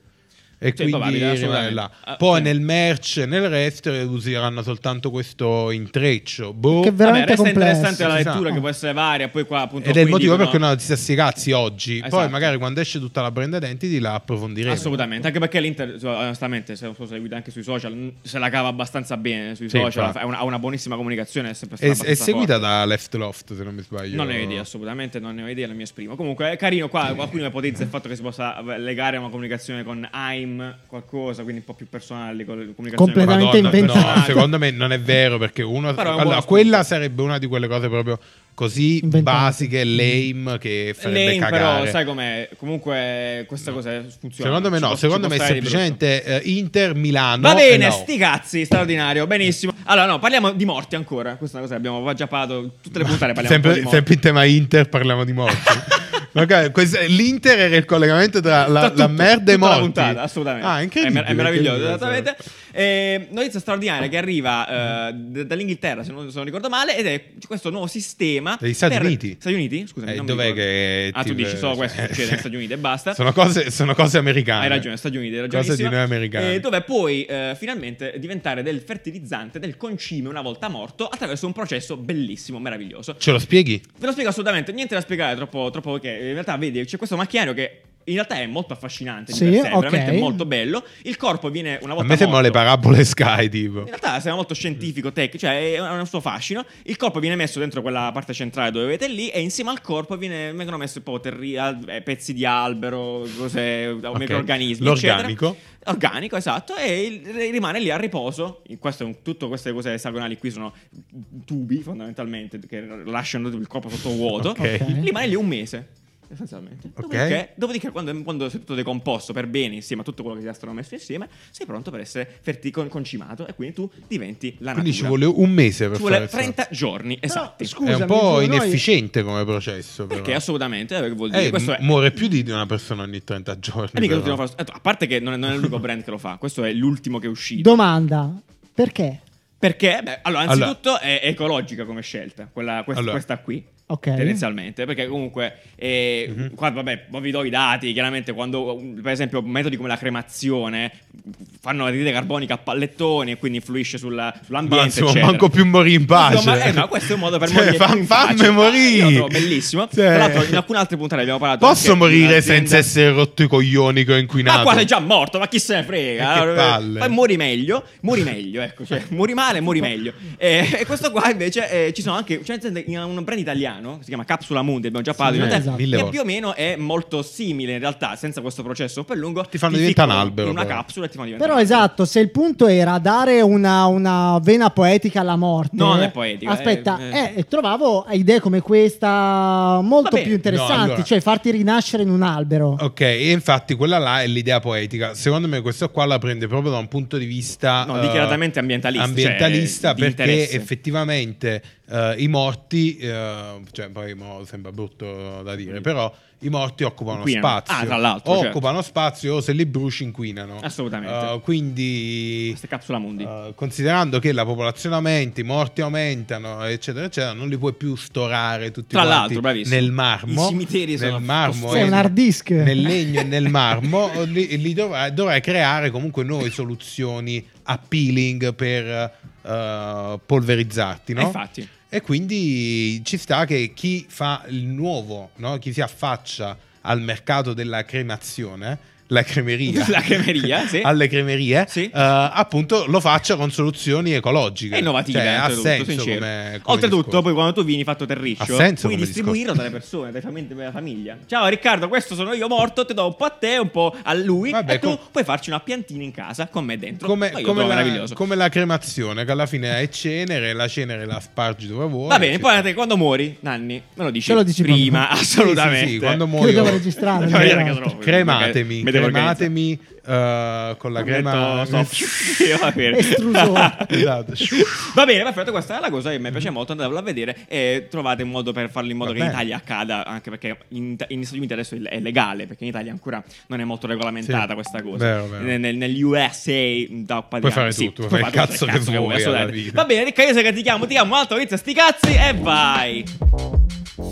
[SPEAKER 2] E
[SPEAKER 1] Sì,
[SPEAKER 2] quindi
[SPEAKER 1] probabile,
[SPEAKER 2] rimarrà là.
[SPEAKER 1] assolutamente. Ah,
[SPEAKER 2] Poi
[SPEAKER 1] sì.
[SPEAKER 2] nel merch e nel resto useranno soltanto questo intreccio. Boh.
[SPEAKER 3] Che ver- veramente
[SPEAKER 1] Vabbè, resta
[SPEAKER 3] complesso,
[SPEAKER 1] interessante la
[SPEAKER 2] si sa.
[SPEAKER 1] lettura che può essere varia, poi qua appunto...
[SPEAKER 2] Ed è il
[SPEAKER 1] qui
[SPEAKER 2] motivo
[SPEAKER 1] dicono-
[SPEAKER 2] per cui non si sti cazzi oggi. Poi
[SPEAKER 1] Esatto.
[SPEAKER 2] magari quando esce tutta la brand identity la approfondiremo.
[SPEAKER 1] Assolutamente, anche perché l'Inter, so- onestamente, se non so se seguite anche sui social, n- se la cava abbastanza bene sui
[SPEAKER 2] Sì,
[SPEAKER 1] social,
[SPEAKER 2] infatti.
[SPEAKER 1] ha una, ha una buonissima comunicazione, è sempre
[SPEAKER 2] È,
[SPEAKER 1] stata
[SPEAKER 2] è
[SPEAKER 1] abbastanza
[SPEAKER 2] seguita
[SPEAKER 1] forte.
[SPEAKER 2] da Left Loft, se non mi sbaglio.
[SPEAKER 1] Non ne ho idea, assolutamente, non ne ho idea, non mi esprimo. Comunque è carino qua, qualcuno ipotizza il fatto che si possa eh, legare una comunicazione con AIM, qualcosa, quindi un po' più personale con le comunicazioni.
[SPEAKER 3] Completamente
[SPEAKER 1] con-
[SPEAKER 2] Madonna,
[SPEAKER 3] inventato.
[SPEAKER 2] No, secondo me non è vero perché uno
[SPEAKER 1] Però è un
[SPEAKER 2] allora,
[SPEAKER 1] buono
[SPEAKER 2] quella sarebbe una di quelle cose proprio così
[SPEAKER 3] Inventate.
[SPEAKER 2] basiche, lame che farebbe
[SPEAKER 1] Lame,
[SPEAKER 2] cagare.
[SPEAKER 1] però, sai com'è? Comunque questa cosa funziona.
[SPEAKER 2] secondo me
[SPEAKER 1] Ci
[SPEAKER 2] no,
[SPEAKER 1] può- ci
[SPEAKER 2] secondo
[SPEAKER 1] può
[SPEAKER 2] me è
[SPEAKER 1] stare di brutto.
[SPEAKER 2] semplicemente eh, Inter Milano.
[SPEAKER 1] Va bene,
[SPEAKER 2] e no.
[SPEAKER 1] sti cazzi, straordinario, benissimo. Allora, no, parliamo di morti ancora. Questa è una cosa che abbiamo già parlato. Tutte le puntate parliamo un po'
[SPEAKER 2] sempre,
[SPEAKER 1] di morti.
[SPEAKER 2] sempre in tema Inter parliamo di morti. Ok, questo- L'Inter era il collegamento tra la,
[SPEAKER 1] Tra
[SPEAKER 2] la
[SPEAKER 1] tutto,
[SPEAKER 2] merda e
[SPEAKER 1] tutta la
[SPEAKER 2] morti.
[SPEAKER 1] puntata, assolutamente.
[SPEAKER 2] Ah, incredibile.
[SPEAKER 1] È, mer- è meraviglioso,
[SPEAKER 2] incredibile.
[SPEAKER 1] esattamente. Eh, notizia straordinaria che arriva eh, d- dall'Inghilterra, se non, se non ricordo male, ed è questo nuovo sistema.
[SPEAKER 2] Dagli Stati
[SPEAKER 1] per-
[SPEAKER 2] Uniti.
[SPEAKER 1] Stati Uniti? Scusami.
[SPEAKER 2] Eh,
[SPEAKER 1] non mi
[SPEAKER 2] dov'è
[SPEAKER 1] ricordo.
[SPEAKER 2] che
[SPEAKER 1] Ah, tu
[SPEAKER 2] ti-
[SPEAKER 1] dici solo questo
[SPEAKER 2] eh,
[SPEAKER 1] succede negli Stati Uniti e basta.
[SPEAKER 2] Sono cose, sono cose americane.
[SPEAKER 1] Hai ragione, Stati Uniti, hai
[SPEAKER 2] Ah, eh. Cose di
[SPEAKER 1] ragionissima.
[SPEAKER 2] noi americani.
[SPEAKER 1] Eh, dove puoi eh, finalmente diventare del fertilizzante del concime una volta morto attraverso un processo bellissimo, meraviglioso.
[SPEAKER 2] Ce lo spieghi?
[SPEAKER 1] Ve lo spiego assolutamente, niente da spiegare troppo, troppo perché in realtà vedi c'è questo macchinario che in realtà è molto affascinante, di
[SPEAKER 3] Sì,
[SPEAKER 1] per sé, è
[SPEAKER 3] ok.
[SPEAKER 1] veramente molto bello. Il corpo viene una
[SPEAKER 2] A
[SPEAKER 1] volta
[SPEAKER 2] me sembrano le
[SPEAKER 1] morto- Eh,
[SPEAKER 2] parabole Sky, tipo.
[SPEAKER 1] in realtà sembra molto scientifico, tech, cioè ha un suo fascino. Il corpo viene messo dentro quella parte centrale dove avete lì e insieme al corpo viene- vengono messi un po' terri- al- eh, pezzi di albero, cose,
[SPEAKER 2] Ok.
[SPEAKER 1] microorganismi.
[SPEAKER 2] L'organico.
[SPEAKER 1] eccetera. Organico, esatto, e il- rimane lì a riposo. In questo è un- tutte queste cose esagonali qui sono tubi fondamentalmente che lasciano il corpo sottovuoto.
[SPEAKER 2] Ok.
[SPEAKER 3] Ok.
[SPEAKER 1] Rimane lì un mese. Essenzialmente.
[SPEAKER 2] Ok.
[SPEAKER 1] Dopodiché, dopodiché quando, quando sei tutto decomposto per bene, insieme a tutto quello che ti è stato messo insieme, sei pronto per essere ferti- con- concimato e quindi tu diventi la
[SPEAKER 2] Quindi
[SPEAKER 1] natura.
[SPEAKER 2] ci vuole un mese per
[SPEAKER 1] Ci vuole
[SPEAKER 2] fare sta-
[SPEAKER 1] 30 giorni esatti.
[SPEAKER 2] Esatto.
[SPEAKER 3] scu-
[SPEAKER 2] È un
[SPEAKER 3] Scusami,
[SPEAKER 2] po'
[SPEAKER 3] giuro, noi-
[SPEAKER 2] inefficiente come processo. Però.
[SPEAKER 1] Perché assolutamente eh, vuol dire
[SPEAKER 2] Eh,
[SPEAKER 1] questo è.
[SPEAKER 2] muore più di una persona ogni 30 giorni.
[SPEAKER 1] eh, mica
[SPEAKER 2] però.
[SPEAKER 1] tutti lo fanno- eh, A parte che non è, non è l'unico brand che lo fa, questo è l'ultimo che è uscito.
[SPEAKER 3] Domanda, perché?
[SPEAKER 1] Perché, beh, allora,
[SPEAKER 2] Allora.
[SPEAKER 1] anzitutto è ecologica come scelta, quella, quest-
[SPEAKER 2] Allora.
[SPEAKER 1] questa qui.
[SPEAKER 3] Ok.
[SPEAKER 1] Tendenzialmente, perché comunque, eh,
[SPEAKER 2] Mhm.
[SPEAKER 1] qua, vabbè, poi vi do i dati. Chiaramente, quando um, per esempio metodi come la cremazione fanno l'anidride carbonica a pallettoni e quindi influisce sulla-
[SPEAKER 2] Ma
[SPEAKER 1] sull'ambiente,
[SPEAKER 2] insomma,
[SPEAKER 1] eccetera.
[SPEAKER 2] manco più morì in pace.
[SPEAKER 1] Insomma, eh, no, questo è un modo per
[SPEAKER 2] Cioè,
[SPEAKER 1] morire
[SPEAKER 2] fa-
[SPEAKER 1] più in
[SPEAKER 2] fammi
[SPEAKER 1] pace. Io lo
[SPEAKER 2] morire.
[SPEAKER 1] trovo bellissimo.
[SPEAKER 2] Cioè,
[SPEAKER 1] Tra l'altro, in alcune altre puntate abbiamo parlato.
[SPEAKER 2] Posso
[SPEAKER 1] anche di
[SPEAKER 2] morire
[SPEAKER 1] un'azienda-
[SPEAKER 2] senza essere rotto i coglioni che ho inquinato?
[SPEAKER 1] ma qua sei già morto, ma chi se ne
[SPEAKER 2] E
[SPEAKER 1] frega?
[SPEAKER 2] Eh, che
[SPEAKER 1] Allora,
[SPEAKER 2] palle.
[SPEAKER 1] Poi muori meglio, muori meglio, ecco, cioè, muori male, muori meglio. E, e questo qua invece eh, ci sono anche, c'è un- un brand italiano, si chiama Capsula Mundi, abbiamo già parlato
[SPEAKER 3] Sì,
[SPEAKER 1] di te,
[SPEAKER 3] esatto.
[SPEAKER 2] Mille
[SPEAKER 1] che
[SPEAKER 2] volte.
[SPEAKER 1] più o meno è molto simile in realtà, senza questo processo per lungo.
[SPEAKER 2] Ti fanno diventare un
[SPEAKER 1] ficcano
[SPEAKER 2] albero,
[SPEAKER 1] In una
[SPEAKER 2] però.
[SPEAKER 1] capsula e ti fanno diventare
[SPEAKER 3] Però
[SPEAKER 1] un albero.
[SPEAKER 3] esatto, se il punto era dare una, una vena poetica alla morte.
[SPEAKER 1] No, non è poetica,
[SPEAKER 3] Aspetta,
[SPEAKER 1] eh, eh.
[SPEAKER 3] eh, trovavo idee come questa molto
[SPEAKER 1] Vabbè.
[SPEAKER 3] più interessanti,
[SPEAKER 2] No, allora- Oh,
[SPEAKER 3] cioè farti rinascere in un albero.
[SPEAKER 2] Ok, e infatti quella là è l'idea poetica. Secondo me questa qua la prende proprio da un punto di vista
[SPEAKER 1] No,
[SPEAKER 2] eh,
[SPEAKER 1] dichiaratamente ambientalista,
[SPEAKER 2] ambientalista
[SPEAKER 1] cioè, eh, di
[SPEAKER 2] perché
[SPEAKER 1] interesse.
[SPEAKER 2] effettivamente eh, i morti, eh, cioè poi mo sembra brutto da dire, però i morti occupano
[SPEAKER 1] Mm. Inquinano.
[SPEAKER 2] spazio.
[SPEAKER 1] Ah, tra l'altro, certo.
[SPEAKER 2] occupano spazio o se li bruci inquinano.
[SPEAKER 1] Assolutamente.
[SPEAKER 2] Eh, quindi
[SPEAKER 1] Queste Capsula Mundi.
[SPEAKER 2] eh, considerando che la popolazione aumenta, i morti aumentano, eccetera, eccetera, non li puoi più storare tutti
[SPEAKER 1] Tra
[SPEAKER 2] quanti
[SPEAKER 1] l'altro, bravissimo.
[SPEAKER 2] nel marmo.
[SPEAKER 1] I cimiteri sono
[SPEAKER 2] nel marmo
[SPEAKER 1] Poi
[SPEAKER 3] Sei
[SPEAKER 2] e-
[SPEAKER 3] un hard disk.
[SPEAKER 2] nel legno e nel marmo, li, li dovrai, dovrai creare comunque nuove soluzioni appealing per eh, polverizzarti, no?
[SPEAKER 1] Eh, Infatti.
[SPEAKER 2] E quindi ci sta che chi fa il nuovo, no? chi si affaccia al mercato della cremazione, la cremeria,
[SPEAKER 1] La cremeria, sì.
[SPEAKER 2] alle cremerie,
[SPEAKER 1] Sì.
[SPEAKER 2] eh, appunto lo faccia con soluzioni ecologiche.
[SPEAKER 1] È innovativa,
[SPEAKER 2] Cioè, ha
[SPEAKER 1] oltretutto,
[SPEAKER 2] senso
[SPEAKER 1] sincero.
[SPEAKER 2] come- come
[SPEAKER 1] oltretutto,
[SPEAKER 2] discorso.
[SPEAKER 1] poi quando tu vieni fatto terriccio,
[SPEAKER 2] Ha senso
[SPEAKER 1] puoi
[SPEAKER 2] come
[SPEAKER 1] distribuirlo
[SPEAKER 2] discorso.
[SPEAKER 1] dalle persone, dai fami- dalla famiglia. Ciao Riccardo, questo sono io morto, ti do un po' a te, un po' a lui.
[SPEAKER 2] Vabbè,
[SPEAKER 1] e tu
[SPEAKER 2] com-
[SPEAKER 1] puoi farci una piantina in casa con me dentro.
[SPEAKER 2] come,
[SPEAKER 1] Ma io
[SPEAKER 2] come
[SPEAKER 1] lo trovo
[SPEAKER 2] la,
[SPEAKER 1] meraviglioso.
[SPEAKER 2] come la cremazione, che alla fine è cenere, la cenere la spargi dove vuoi.
[SPEAKER 1] Va bene,
[SPEAKER 2] eccetera.
[SPEAKER 1] poi te, quando muori, Nanni, me lo dici,
[SPEAKER 3] Ce lo dici
[SPEAKER 1] prima,
[SPEAKER 3] proprio.
[SPEAKER 1] assolutamente.
[SPEAKER 2] Sì, sì, sì, quando
[SPEAKER 3] Io devo
[SPEAKER 2] muoio.
[SPEAKER 3] registrare.
[SPEAKER 1] Devo dire che
[SPEAKER 3] allora.
[SPEAKER 1] sono-
[SPEAKER 2] Crematemi,
[SPEAKER 1] mi devo organizzare.
[SPEAKER 2] crematemi eh, con la crema.
[SPEAKER 1] Metto- so- va bene.
[SPEAKER 3] Estrusore.
[SPEAKER 2] Esatto.
[SPEAKER 1] Va bene, perfetto, questa è la cosa che mi piace molto, andatevela a vedere e trovate un modo per farlo in modo
[SPEAKER 2] Va
[SPEAKER 1] che in
[SPEAKER 2] bene.
[SPEAKER 1] Italia accada, anche perché in, Ita- negli Stati Uniti adesso è legale, perché in Italia ancora non è molto regolamentata
[SPEAKER 2] Sì.
[SPEAKER 1] questa cosa.
[SPEAKER 2] Vero, vero.
[SPEAKER 1] Nel- nel- negli USA da un po' di
[SPEAKER 2] Puoi
[SPEAKER 1] anni,
[SPEAKER 2] fare
[SPEAKER 1] sì,
[SPEAKER 2] tutto,
[SPEAKER 1] puoi
[SPEAKER 2] fai il
[SPEAKER 1] fare
[SPEAKER 2] cazzo
[SPEAKER 1] tutto,
[SPEAKER 2] che
[SPEAKER 1] il
[SPEAKER 2] vuoi, alla
[SPEAKER 1] assolutamente.
[SPEAKER 2] fine.
[SPEAKER 1] Va bene, Ricca, io sai che ti chiamo, ti chiamo, un'altra notizia, sti cazzi e vai!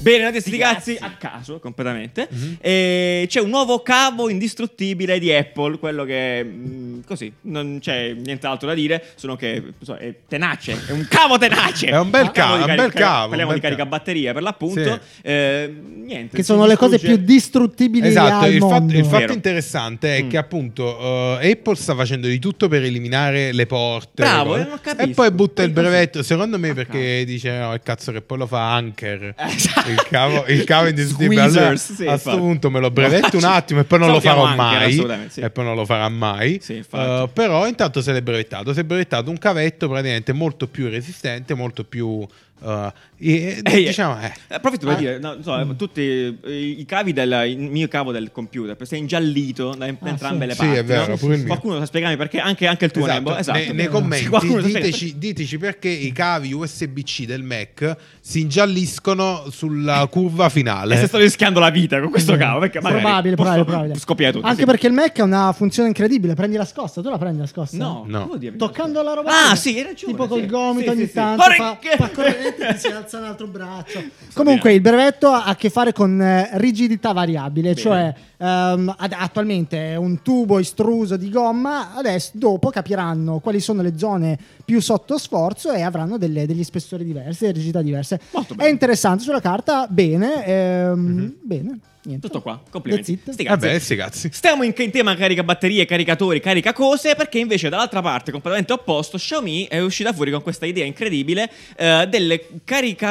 [SPEAKER 1] Bene, notizie sti cazzi a caso, completamente. E c'è un nuovo cavo indistruttibile di Apple, quello che... mh, così, non c'è nient'altro da dire, sono che non so, è tenace, è un cavo tenace.
[SPEAKER 2] È un
[SPEAKER 1] Parliamo
[SPEAKER 2] bel cavo,
[SPEAKER 1] di
[SPEAKER 2] un
[SPEAKER 1] carica-
[SPEAKER 2] bel cavo,
[SPEAKER 1] Parliamo
[SPEAKER 2] un
[SPEAKER 1] di
[SPEAKER 2] bel cavo.
[SPEAKER 1] caricabatterie per l'appunto. Eh, niente,
[SPEAKER 3] Che
[SPEAKER 1] si
[SPEAKER 3] sono le cose più
[SPEAKER 1] distrugge-
[SPEAKER 3] distruttibili
[SPEAKER 2] Esatto,
[SPEAKER 3] al
[SPEAKER 2] il fatto,
[SPEAKER 3] mondo.
[SPEAKER 2] il fatto
[SPEAKER 1] Vero.
[SPEAKER 2] interessante è
[SPEAKER 1] Mm.
[SPEAKER 2] che appunto eh, Apple sta facendo di tutto per eliminare le porte
[SPEAKER 1] Bravo, eh,
[SPEAKER 2] le
[SPEAKER 1] non
[SPEAKER 2] cose.
[SPEAKER 1] capisco.
[SPEAKER 2] e poi butta il
[SPEAKER 1] Perché-
[SPEAKER 2] brevetto, secondo me
[SPEAKER 1] Ah,
[SPEAKER 2] perché dice no, il cazzo che poi lo fa Anker.
[SPEAKER 1] Esatto.
[SPEAKER 2] Il cavo, il cavo indistruttibile.
[SPEAKER 1] Squeezers,
[SPEAKER 2] Allora,
[SPEAKER 1] sì,
[SPEAKER 2] a
[SPEAKER 1] infatti.
[SPEAKER 2] questo punto me lo brevetto un attimo e poi non lo
[SPEAKER 1] Salutiamo
[SPEAKER 2] farò
[SPEAKER 1] Anker,
[SPEAKER 2] mai.
[SPEAKER 1] assolutamente, sì.
[SPEAKER 2] E poi non lo farà mai.
[SPEAKER 1] Sì, infatti.
[SPEAKER 2] Eh, però intanto se l'è brevettato. Si è brevettato un cavetto praticamente molto più resistente, molto più... eh, e-
[SPEAKER 1] Ehi,
[SPEAKER 2] diciamo, eh,
[SPEAKER 1] eh, Approfitto per dire, no, insomma,
[SPEAKER 3] Mm.
[SPEAKER 1] tutti eh, i cavi del il mio cavo del computer perché è ingiallito da em- da
[SPEAKER 3] Ah,
[SPEAKER 1] entrambe
[SPEAKER 3] sì.
[SPEAKER 1] le
[SPEAKER 2] Sì, è
[SPEAKER 1] parti.
[SPEAKER 2] vero,
[SPEAKER 1] no?
[SPEAKER 2] pure il mio.
[SPEAKER 1] Qualcuno sa spiegarmi perché anche, anche il tuo
[SPEAKER 2] Esatto,
[SPEAKER 1] Nebo, esatto.
[SPEAKER 2] ne- nei,
[SPEAKER 1] Se qualcuno
[SPEAKER 2] commenti
[SPEAKER 1] sa spiegare-
[SPEAKER 2] diteci, diteci perché i cavi USB-C del Mac si ingialliscono sulla curva
[SPEAKER 1] E se
[SPEAKER 2] finale.
[SPEAKER 1] sto rischiando la vita con questo cavo perché magari
[SPEAKER 3] Eh. Mm. probabile,
[SPEAKER 1] posso
[SPEAKER 3] probabile, probabile.
[SPEAKER 1] scoppiare tutto.
[SPEAKER 3] Anche
[SPEAKER 1] sì.
[SPEAKER 3] perché il Mac ha una funzione incredibile. Prendi la scossa, tu la prendi la scossa?
[SPEAKER 1] No,
[SPEAKER 2] No.
[SPEAKER 1] come dire?
[SPEAKER 3] Toccando la roba.
[SPEAKER 1] Ah,
[SPEAKER 3] prima.
[SPEAKER 1] sì, hai ragione.
[SPEAKER 3] Tipo col
[SPEAKER 1] sì.
[SPEAKER 3] gomito
[SPEAKER 1] Sì,
[SPEAKER 3] ogni
[SPEAKER 1] sì, sì.
[SPEAKER 3] tanto. Fa,
[SPEAKER 1] Porca-
[SPEAKER 3] fa correre, e si alza un altro braccio. Comunque, il brevetto ha a che fare con eh, rigidità variabile, cioè ehm, ad- attualmente è un tubo estruso di gomma. Adesso, dopo, capiranno quali sono le zone più sotto sforzo e avranno delle- degli spessori diversi, delle rigidità diverse.
[SPEAKER 1] Molto
[SPEAKER 3] È
[SPEAKER 1] bene. Mhm.
[SPEAKER 3] interessante sulla carta, bene, ehm, bene. Niente.
[SPEAKER 1] Tutto qua, complimenti.
[SPEAKER 3] That's it.
[SPEAKER 1] Sti cazzi.
[SPEAKER 2] Vabbè, sti cazzi.
[SPEAKER 1] Stiamo in, in tema carica batterie, caricatori, carica cose, perché invece dall'altra parte, completamente opposto, Xiaomi è uscita fuori con questa idea incredibile eh, del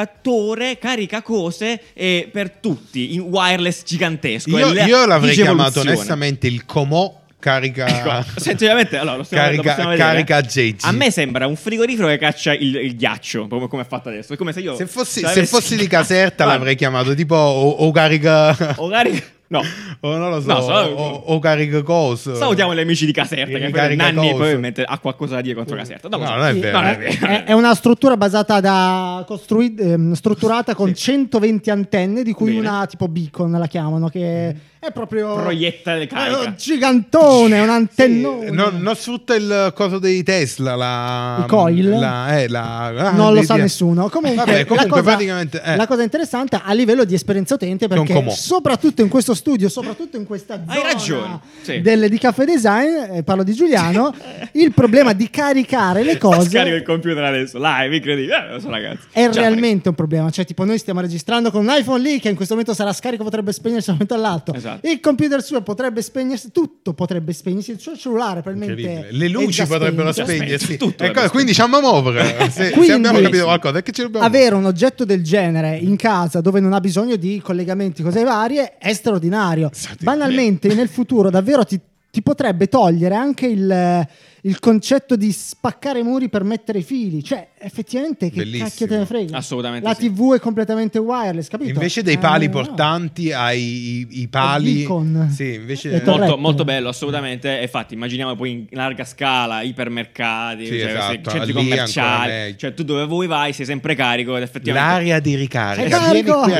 [SPEAKER 1] caricatore, carica cose eh, per tutti, in wireless gigantesco.
[SPEAKER 2] Io,
[SPEAKER 1] È la
[SPEAKER 2] io l'avrei
[SPEAKER 1] digievoluzione.
[SPEAKER 2] chiamato onestamente il Comò carica.
[SPEAKER 1] Ecco, sinceramente, allora, lo stiamo- lo
[SPEAKER 2] Ah. carica,
[SPEAKER 1] possiamo vedere. eh.
[SPEAKER 2] carica JG.
[SPEAKER 1] A me sembra un frigorifero che caccia il, il ghiaccio, come, come è fatto adesso. È come se io.
[SPEAKER 2] se fossi,
[SPEAKER 1] l'avessi-
[SPEAKER 2] se fossi di Caserta
[SPEAKER 1] Guarda,
[SPEAKER 2] l'avrei chiamato tipo o, o carica.
[SPEAKER 1] O carica. No.
[SPEAKER 2] o non lo so.
[SPEAKER 1] No, so-
[SPEAKER 2] o, o carica cosa.
[SPEAKER 1] Salutiamo gli amici di Caserta che
[SPEAKER 2] Carica
[SPEAKER 1] per Nanni
[SPEAKER 2] cose.
[SPEAKER 1] probabilmente ha qualcosa da dire contro Caserta. No, lo
[SPEAKER 2] No,
[SPEAKER 1] so.
[SPEAKER 2] non è
[SPEAKER 3] Sì,
[SPEAKER 2] vero.
[SPEAKER 1] No,
[SPEAKER 2] non
[SPEAKER 1] è
[SPEAKER 2] è vero.
[SPEAKER 1] vero.
[SPEAKER 3] È, è una struttura basata da costrui- ehm, strutturata con 120 antenne, di cui
[SPEAKER 1] Bene.
[SPEAKER 3] una tipo beacon la chiamano, che è proprio
[SPEAKER 1] Proietta le carica.
[SPEAKER 3] È un gigantone, un antennone.
[SPEAKER 2] Eh, Non, non sfrutta il coso dei Tesla, la
[SPEAKER 3] I coil?
[SPEAKER 2] la- eh, la- ah,
[SPEAKER 3] non lo
[SPEAKER 2] di-
[SPEAKER 3] sa
[SPEAKER 2] di-
[SPEAKER 3] nessuno. Comunque,
[SPEAKER 2] Vabbè, comunque
[SPEAKER 3] la, cosa,
[SPEAKER 2] praticamente, eh.
[SPEAKER 3] la cosa interessante a livello di esperienza utente,
[SPEAKER 2] Che è un
[SPEAKER 3] perché
[SPEAKER 2] comò.
[SPEAKER 3] soprattutto in questo studio, soprattutto in questa zona
[SPEAKER 1] Hai ragione, sì.
[SPEAKER 3] del- di caffè design, eh, parlo di Giuliano, il problema di caricare le
[SPEAKER 1] Scarico il
[SPEAKER 3] cose.
[SPEAKER 1] computer adesso, live, incredibile. Eh, lo so, ragazzi.
[SPEAKER 3] È
[SPEAKER 1] Ce la
[SPEAKER 3] realmente un problema, cioè tipo noi stiamo registrando con un iPhone lì che in questo momento sarà scarico, potrebbe spegnersi da un momento all'altro.
[SPEAKER 1] Esatto.
[SPEAKER 3] Il computer suo potrebbe spegnersi, tutto potrebbe spegnersi, il suo cellulare
[SPEAKER 2] Incredibile.
[SPEAKER 3] probabilmente...
[SPEAKER 2] Le
[SPEAKER 3] è
[SPEAKER 2] luci
[SPEAKER 3] già
[SPEAKER 2] potrebbero
[SPEAKER 3] spento.
[SPEAKER 1] spento.
[SPEAKER 2] spegnersi.
[SPEAKER 1] Tutto
[SPEAKER 2] Ecco,
[SPEAKER 1] potrebbe
[SPEAKER 2] quindi ci andiamo a muovere. Se, se
[SPEAKER 3] Quindi,
[SPEAKER 2] abbiamo capito qualcosa, è che ci dobbiamo
[SPEAKER 3] avere un oggetto del genere in casa dove non ha bisogno di collegamenti, cose varie, è straordinario.
[SPEAKER 2] Straordinario.
[SPEAKER 3] Banalmente, nel futuro, davvero ti, ti potrebbe togliere anche il, il concetto di spaccare i muri per mettere i fili. Cioè, effettivamente, che
[SPEAKER 2] Bellissimo.
[SPEAKER 3] cacchio te ne frega?
[SPEAKER 1] Assolutamente
[SPEAKER 3] La
[SPEAKER 1] sì.
[SPEAKER 3] TV è completamente wireless, capito?
[SPEAKER 2] Invece dei
[SPEAKER 3] Eh,
[SPEAKER 2] pali
[SPEAKER 3] no.
[SPEAKER 2] portanti hai i, i pali.
[SPEAKER 3] beacon.
[SPEAKER 2] Sì, invece.
[SPEAKER 3] E
[SPEAKER 1] fare. Molto,
[SPEAKER 3] Corretto.
[SPEAKER 1] molto bello, assolutamente. E infatti, immaginiamo poi in larga scala, ipermercati,
[SPEAKER 2] Sì,
[SPEAKER 1] cioè, se-
[SPEAKER 2] esatto,
[SPEAKER 1] centri
[SPEAKER 2] lì ancora
[SPEAKER 1] commerciali.
[SPEAKER 2] meglio.
[SPEAKER 1] Cioè, tu dove vuoi vai, sei sempre carico. Ed effettivamente.
[SPEAKER 2] L'area di ricarica.
[SPEAKER 3] Ecco,
[SPEAKER 2] Vieni qui a
[SPEAKER 3] L'aria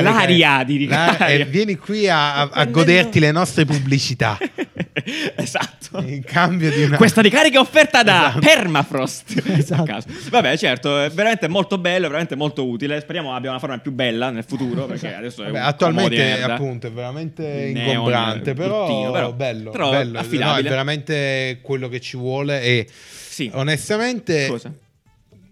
[SPEAKER 2] ricaricare.
[SPEAKER 1] di
[SPEAKER 2] L'area-
[SPEAKER 1] ricarica.
[SPEAKER 2] e vieni qui a, a- a goderti le nostre pubblicità.
[SPEAKER 1] esatto.
[SPEAKER 2] In cambio di una.
[SPEAKER 1] Questa ricarica è offerta da
[SPEAKER 2] Esatto.
[SPEAKER 1] Permafrost.
[SPEAKER 3] Esatto.
[SPEAKER 1] A caso. Vabbè, certo, è veramente molto bello, è veramente molto utile. Speriamo abbia una forma più bella nel futuro, perché adesso è
[SPEAKER 2] Esatto. Vabbè,
[SPEAKER 1] un comodi
[SPEAKER 2] attualmente
[SPEAKER 1] merda.
[SPEAKER 2] appunto è veramente
[SPEAKER 1] Neon,
[SPEAKER 2] ingombrante, però,
[SPEAKER 1] bruttino, però-
[SPEAKER 2] bello,
[SPEAKER 1] però
[SPEAKER 2] bello.
[SPEAKER 1] affidabile.
[SPEAKER 2] No, è veramente quello che ci vuole e
[SPEAKER 1] Sì.
[SPEAKER 2] onestamente
[SPEAKER 1] Cosa?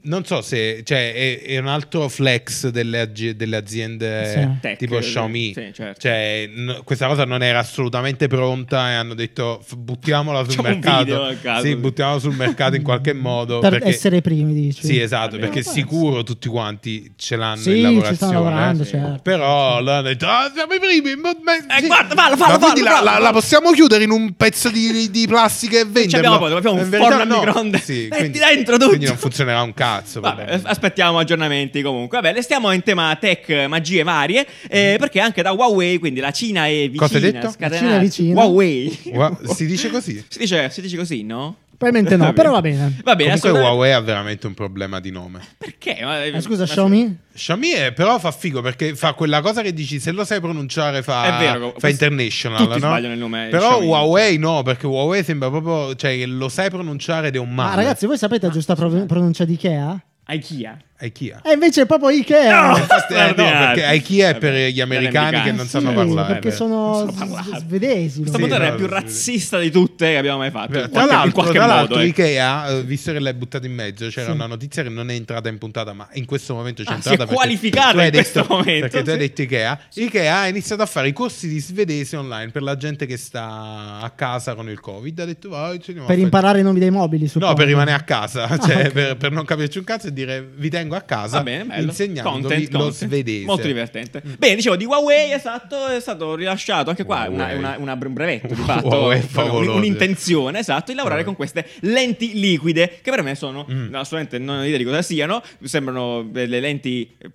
[SPEAKER 2] non so se cioè, è, è un altro flex delle, ag- delle aziende
[SPEAKER 3] Sì.
[SPEAKER 1] Tech,
[SPEAKER 2] tipo
[SPEAKER 1] sì,
[SPEAKER 2] Xiaomi.
[SPEAKER 1] sì, certo.
[SPEAKER 2] Cioè, n- questa cosa non era assolutamente pronta e hanno detto "F- buttiamola sul
[SPEAKER 1] Facciamo un video
[SPEAKER 2] mercato.
[SPEAKER 1] a caso.
[SPEAKER 2] Sì, buttiamola sul mercato in qualche modo.
[SPEAKER 3] per
[SPEAKER 2] perché-
[SPEAKER 3] essere i primi, dici?
[SPEAKER 2] Sì, esatto,
[SPEAKER 1] Vabbè.
[SPEAKER 2] perché
[SPEAKER 3] Può
[SPEAKER 2] sicuro tutti quanti ce l'hanno
[SPEAKER 3] Sì,
[SPEAKER 2] in
[SPEAKER 3] ci
[SPEAKER 2] lavorazione.
[SPEAKER 3] stanno lavorando,
[SPEAKER 2] eh.
[SPEAKER 3] certo.
[SPEAKER 2] Però loro hanno detto, "Ah, siamo i primi. ma- ma-
[SPEAKER 1] Eh,
[SPEAKER 2] sì."
[SPEAKER 1] guarda, fallo, fallo,
[SPEAKER 2] Ma quindi
[SPEAKER 1] fallo,
[SPEAKER 2] la,
[SPEAKER 1] fallo,
[SPEAKER 2] la-
[SPEAKER 1] fallo.
[SPEAKER 2] la possiamo chiudere in un pezzo di, di plastica e venderlo? Eh,
[SPEAKER 1] abbiamo poi, abbiamo un
[SPEAKER 2] In verità
[SPEAKER 1] forno a microonde.
[SPEAKER 2] Sì,
[SPEAKER 1] Metti dentro tutto.
[SPEAKER 2] Quindi non funzionerà un cazzo.
[SPEAKER 1] Vabbè,
[SPEAKER 2] Certo, vabbè.
[SPEAKER 1] eh, aspettiamo aggiornamenti comunque. Vabbè, le stiamo in tema tech, eh, magie varie, eh, perché anche da Huawei, quindi la Cina è vicina.
[SPEAKER 2] Mm-hmm. Cosa hai detto? La
[SPEAKER 1] scatenata.
[SPEAKER 3] Cina è vicina.
[SPEAKER 1] Huawei.
[SPEAKER 2] Gua- si dice così.
[SPEAKER 1] Si dice, si dice così, no?
[SPEAKER 3] Probabilmente no, però va bene.
[SPEAKER 1] Va bene,
[SPEAKER 2] Comunque
[SPEAKER 1] assolutamente.
[SPEAKER 2] Huawei ha veramente un problema di nome.
[SPEAKER 1] Perché? Ma-
[SPEAKER 3] Eh, scusa,
[SPEAKER 1] ma-
[SPEAKER 3] Xiaomi?
[SPEAKER 2] Xiaomi è- però fa figo perché fa quella cosa che dici se lo sai pronunciare fa,
[SPEAKER 1] È vero,
[SPEAKER 2] fa
[SPEAKER 1] questo-
[SPEAKER 2] international.
[SPEAKER 1] tutti
[SPEAKER 2] no?
[SPEAKER 1] sbagliano il nome eh,
[SPEAKER 2] Però
[SPEAKER 1] Xiaomi. cioè.
[SPEAKER 2] Huawei no, perché Huawei sembra proprio, cioè lo sai pronunciare ed è un male.
[SPEAKER 3] Ma Ah, ragazzi, voi sapete la giusta prov- pronuncia di Ikea?
[SPEAKER 1] IKEA.
[SPEAKER 2] IKEA.
[SPEAKER 3] E invece è proprio Ikea.
[SPEAKER 1] No! eh,
[SPEAKER 2] Eh, no, perché IKEA è per
[SPEAKER 1] Vabbè,
[SPEAKER 2] gli americani che non
[SPEAKER 3] Sì,
[SPEAKER 2] sanno parlare.
[SPEAKER 3] Perché sono
[SPEAKER 1] Non sanno
[SPEAKER 3] s-
[SPEAKER 1] parlare.
[SPEAKER 3] svedesi.
[SPEAKER 1] Questa
[SPEAKER 2] Sì,
[SPEAKER 1] puntata è
[SPEAKER 2] no,
[SPEAKER 1] la più
[SPEAKER 2] sì.
[SPEAKER 1] razzista di tutte che abbiamo mai fatto.
[SPEAKER 2] Tra
[SPEAKER 1] in qualche- in
[SPEAKER 2] l'altro,
[SPEAKER 1] qualche
[SPEAKER 2] tra
[SPEAKER 1] modo,
[SPEAKER 2] l'altro
[SPEAKER 1] eh.
[SPEAKER 2] Ikea, eh, visto che l'hai buttata in mezzo, c'era una notizia che non è entrata in puntata, ma in questo momento c'è
[SPEAKER 1] Ah, si è
[SPEAKER 2] entrata. perché
[SPEAKER 1] qualificata
[SPEAKER 2] tu hai
[SPEAKER 1] in questo
[SPEAKER 2] detto-
[SPEAKER 1] momento,
[SPEAKER 2] Perché tu hai
[SPEAKER 1] sì.
[SPEAKER 2] detto Ikea. Ikea ha iniziato a fare i corsi di svedese online per la gente che sta a casa con il Covid. Ha detto, "Vai, insegniamo a
[SPEAKER 3] Per
[SPEAKER 2] fare-"
[SPEAKER 3] imparare i nomi dei mobili, suppongo.
[SPEAKER 2] No, per rimanere a casa, cioè,
[SPEAKER 3] ok.
[SPEAKER 2] per, per non capirci un cazzo e dire vi tengo a casa
[SPEAKER 1] Va bene, bello.
[SPEAKER 2] insegnandovi
[SPEAKER 1] Content,
[SPEAKER 2] Ah, lo
[SPEAKER 1] content.
[SPEAKER 2] svedese. Mm.
[SPEAKER 1] Molto divertente. Bene, dicevo di Huawei, esatto, è stato rilasciato anche qua una,
[SPEAKER 2] Huawei.
[SPEAKER 1] una- una- un brevetto di fatto,
[SPEAKER 2] Huawei è
[SPEAKER 1] un-
[SPEAKER 2] favoloso.
[SPEAKER 1] un'intenzione, esatto, di lavorare
[SPEAKER 2] Huawei.
[SPEAKER 1] con queste lenti liquide che per me sono
[SPEAKER 2] Mm.
[SPEAKER 1] assolutamente non ho idea di cosa siano, sembrano delle lenti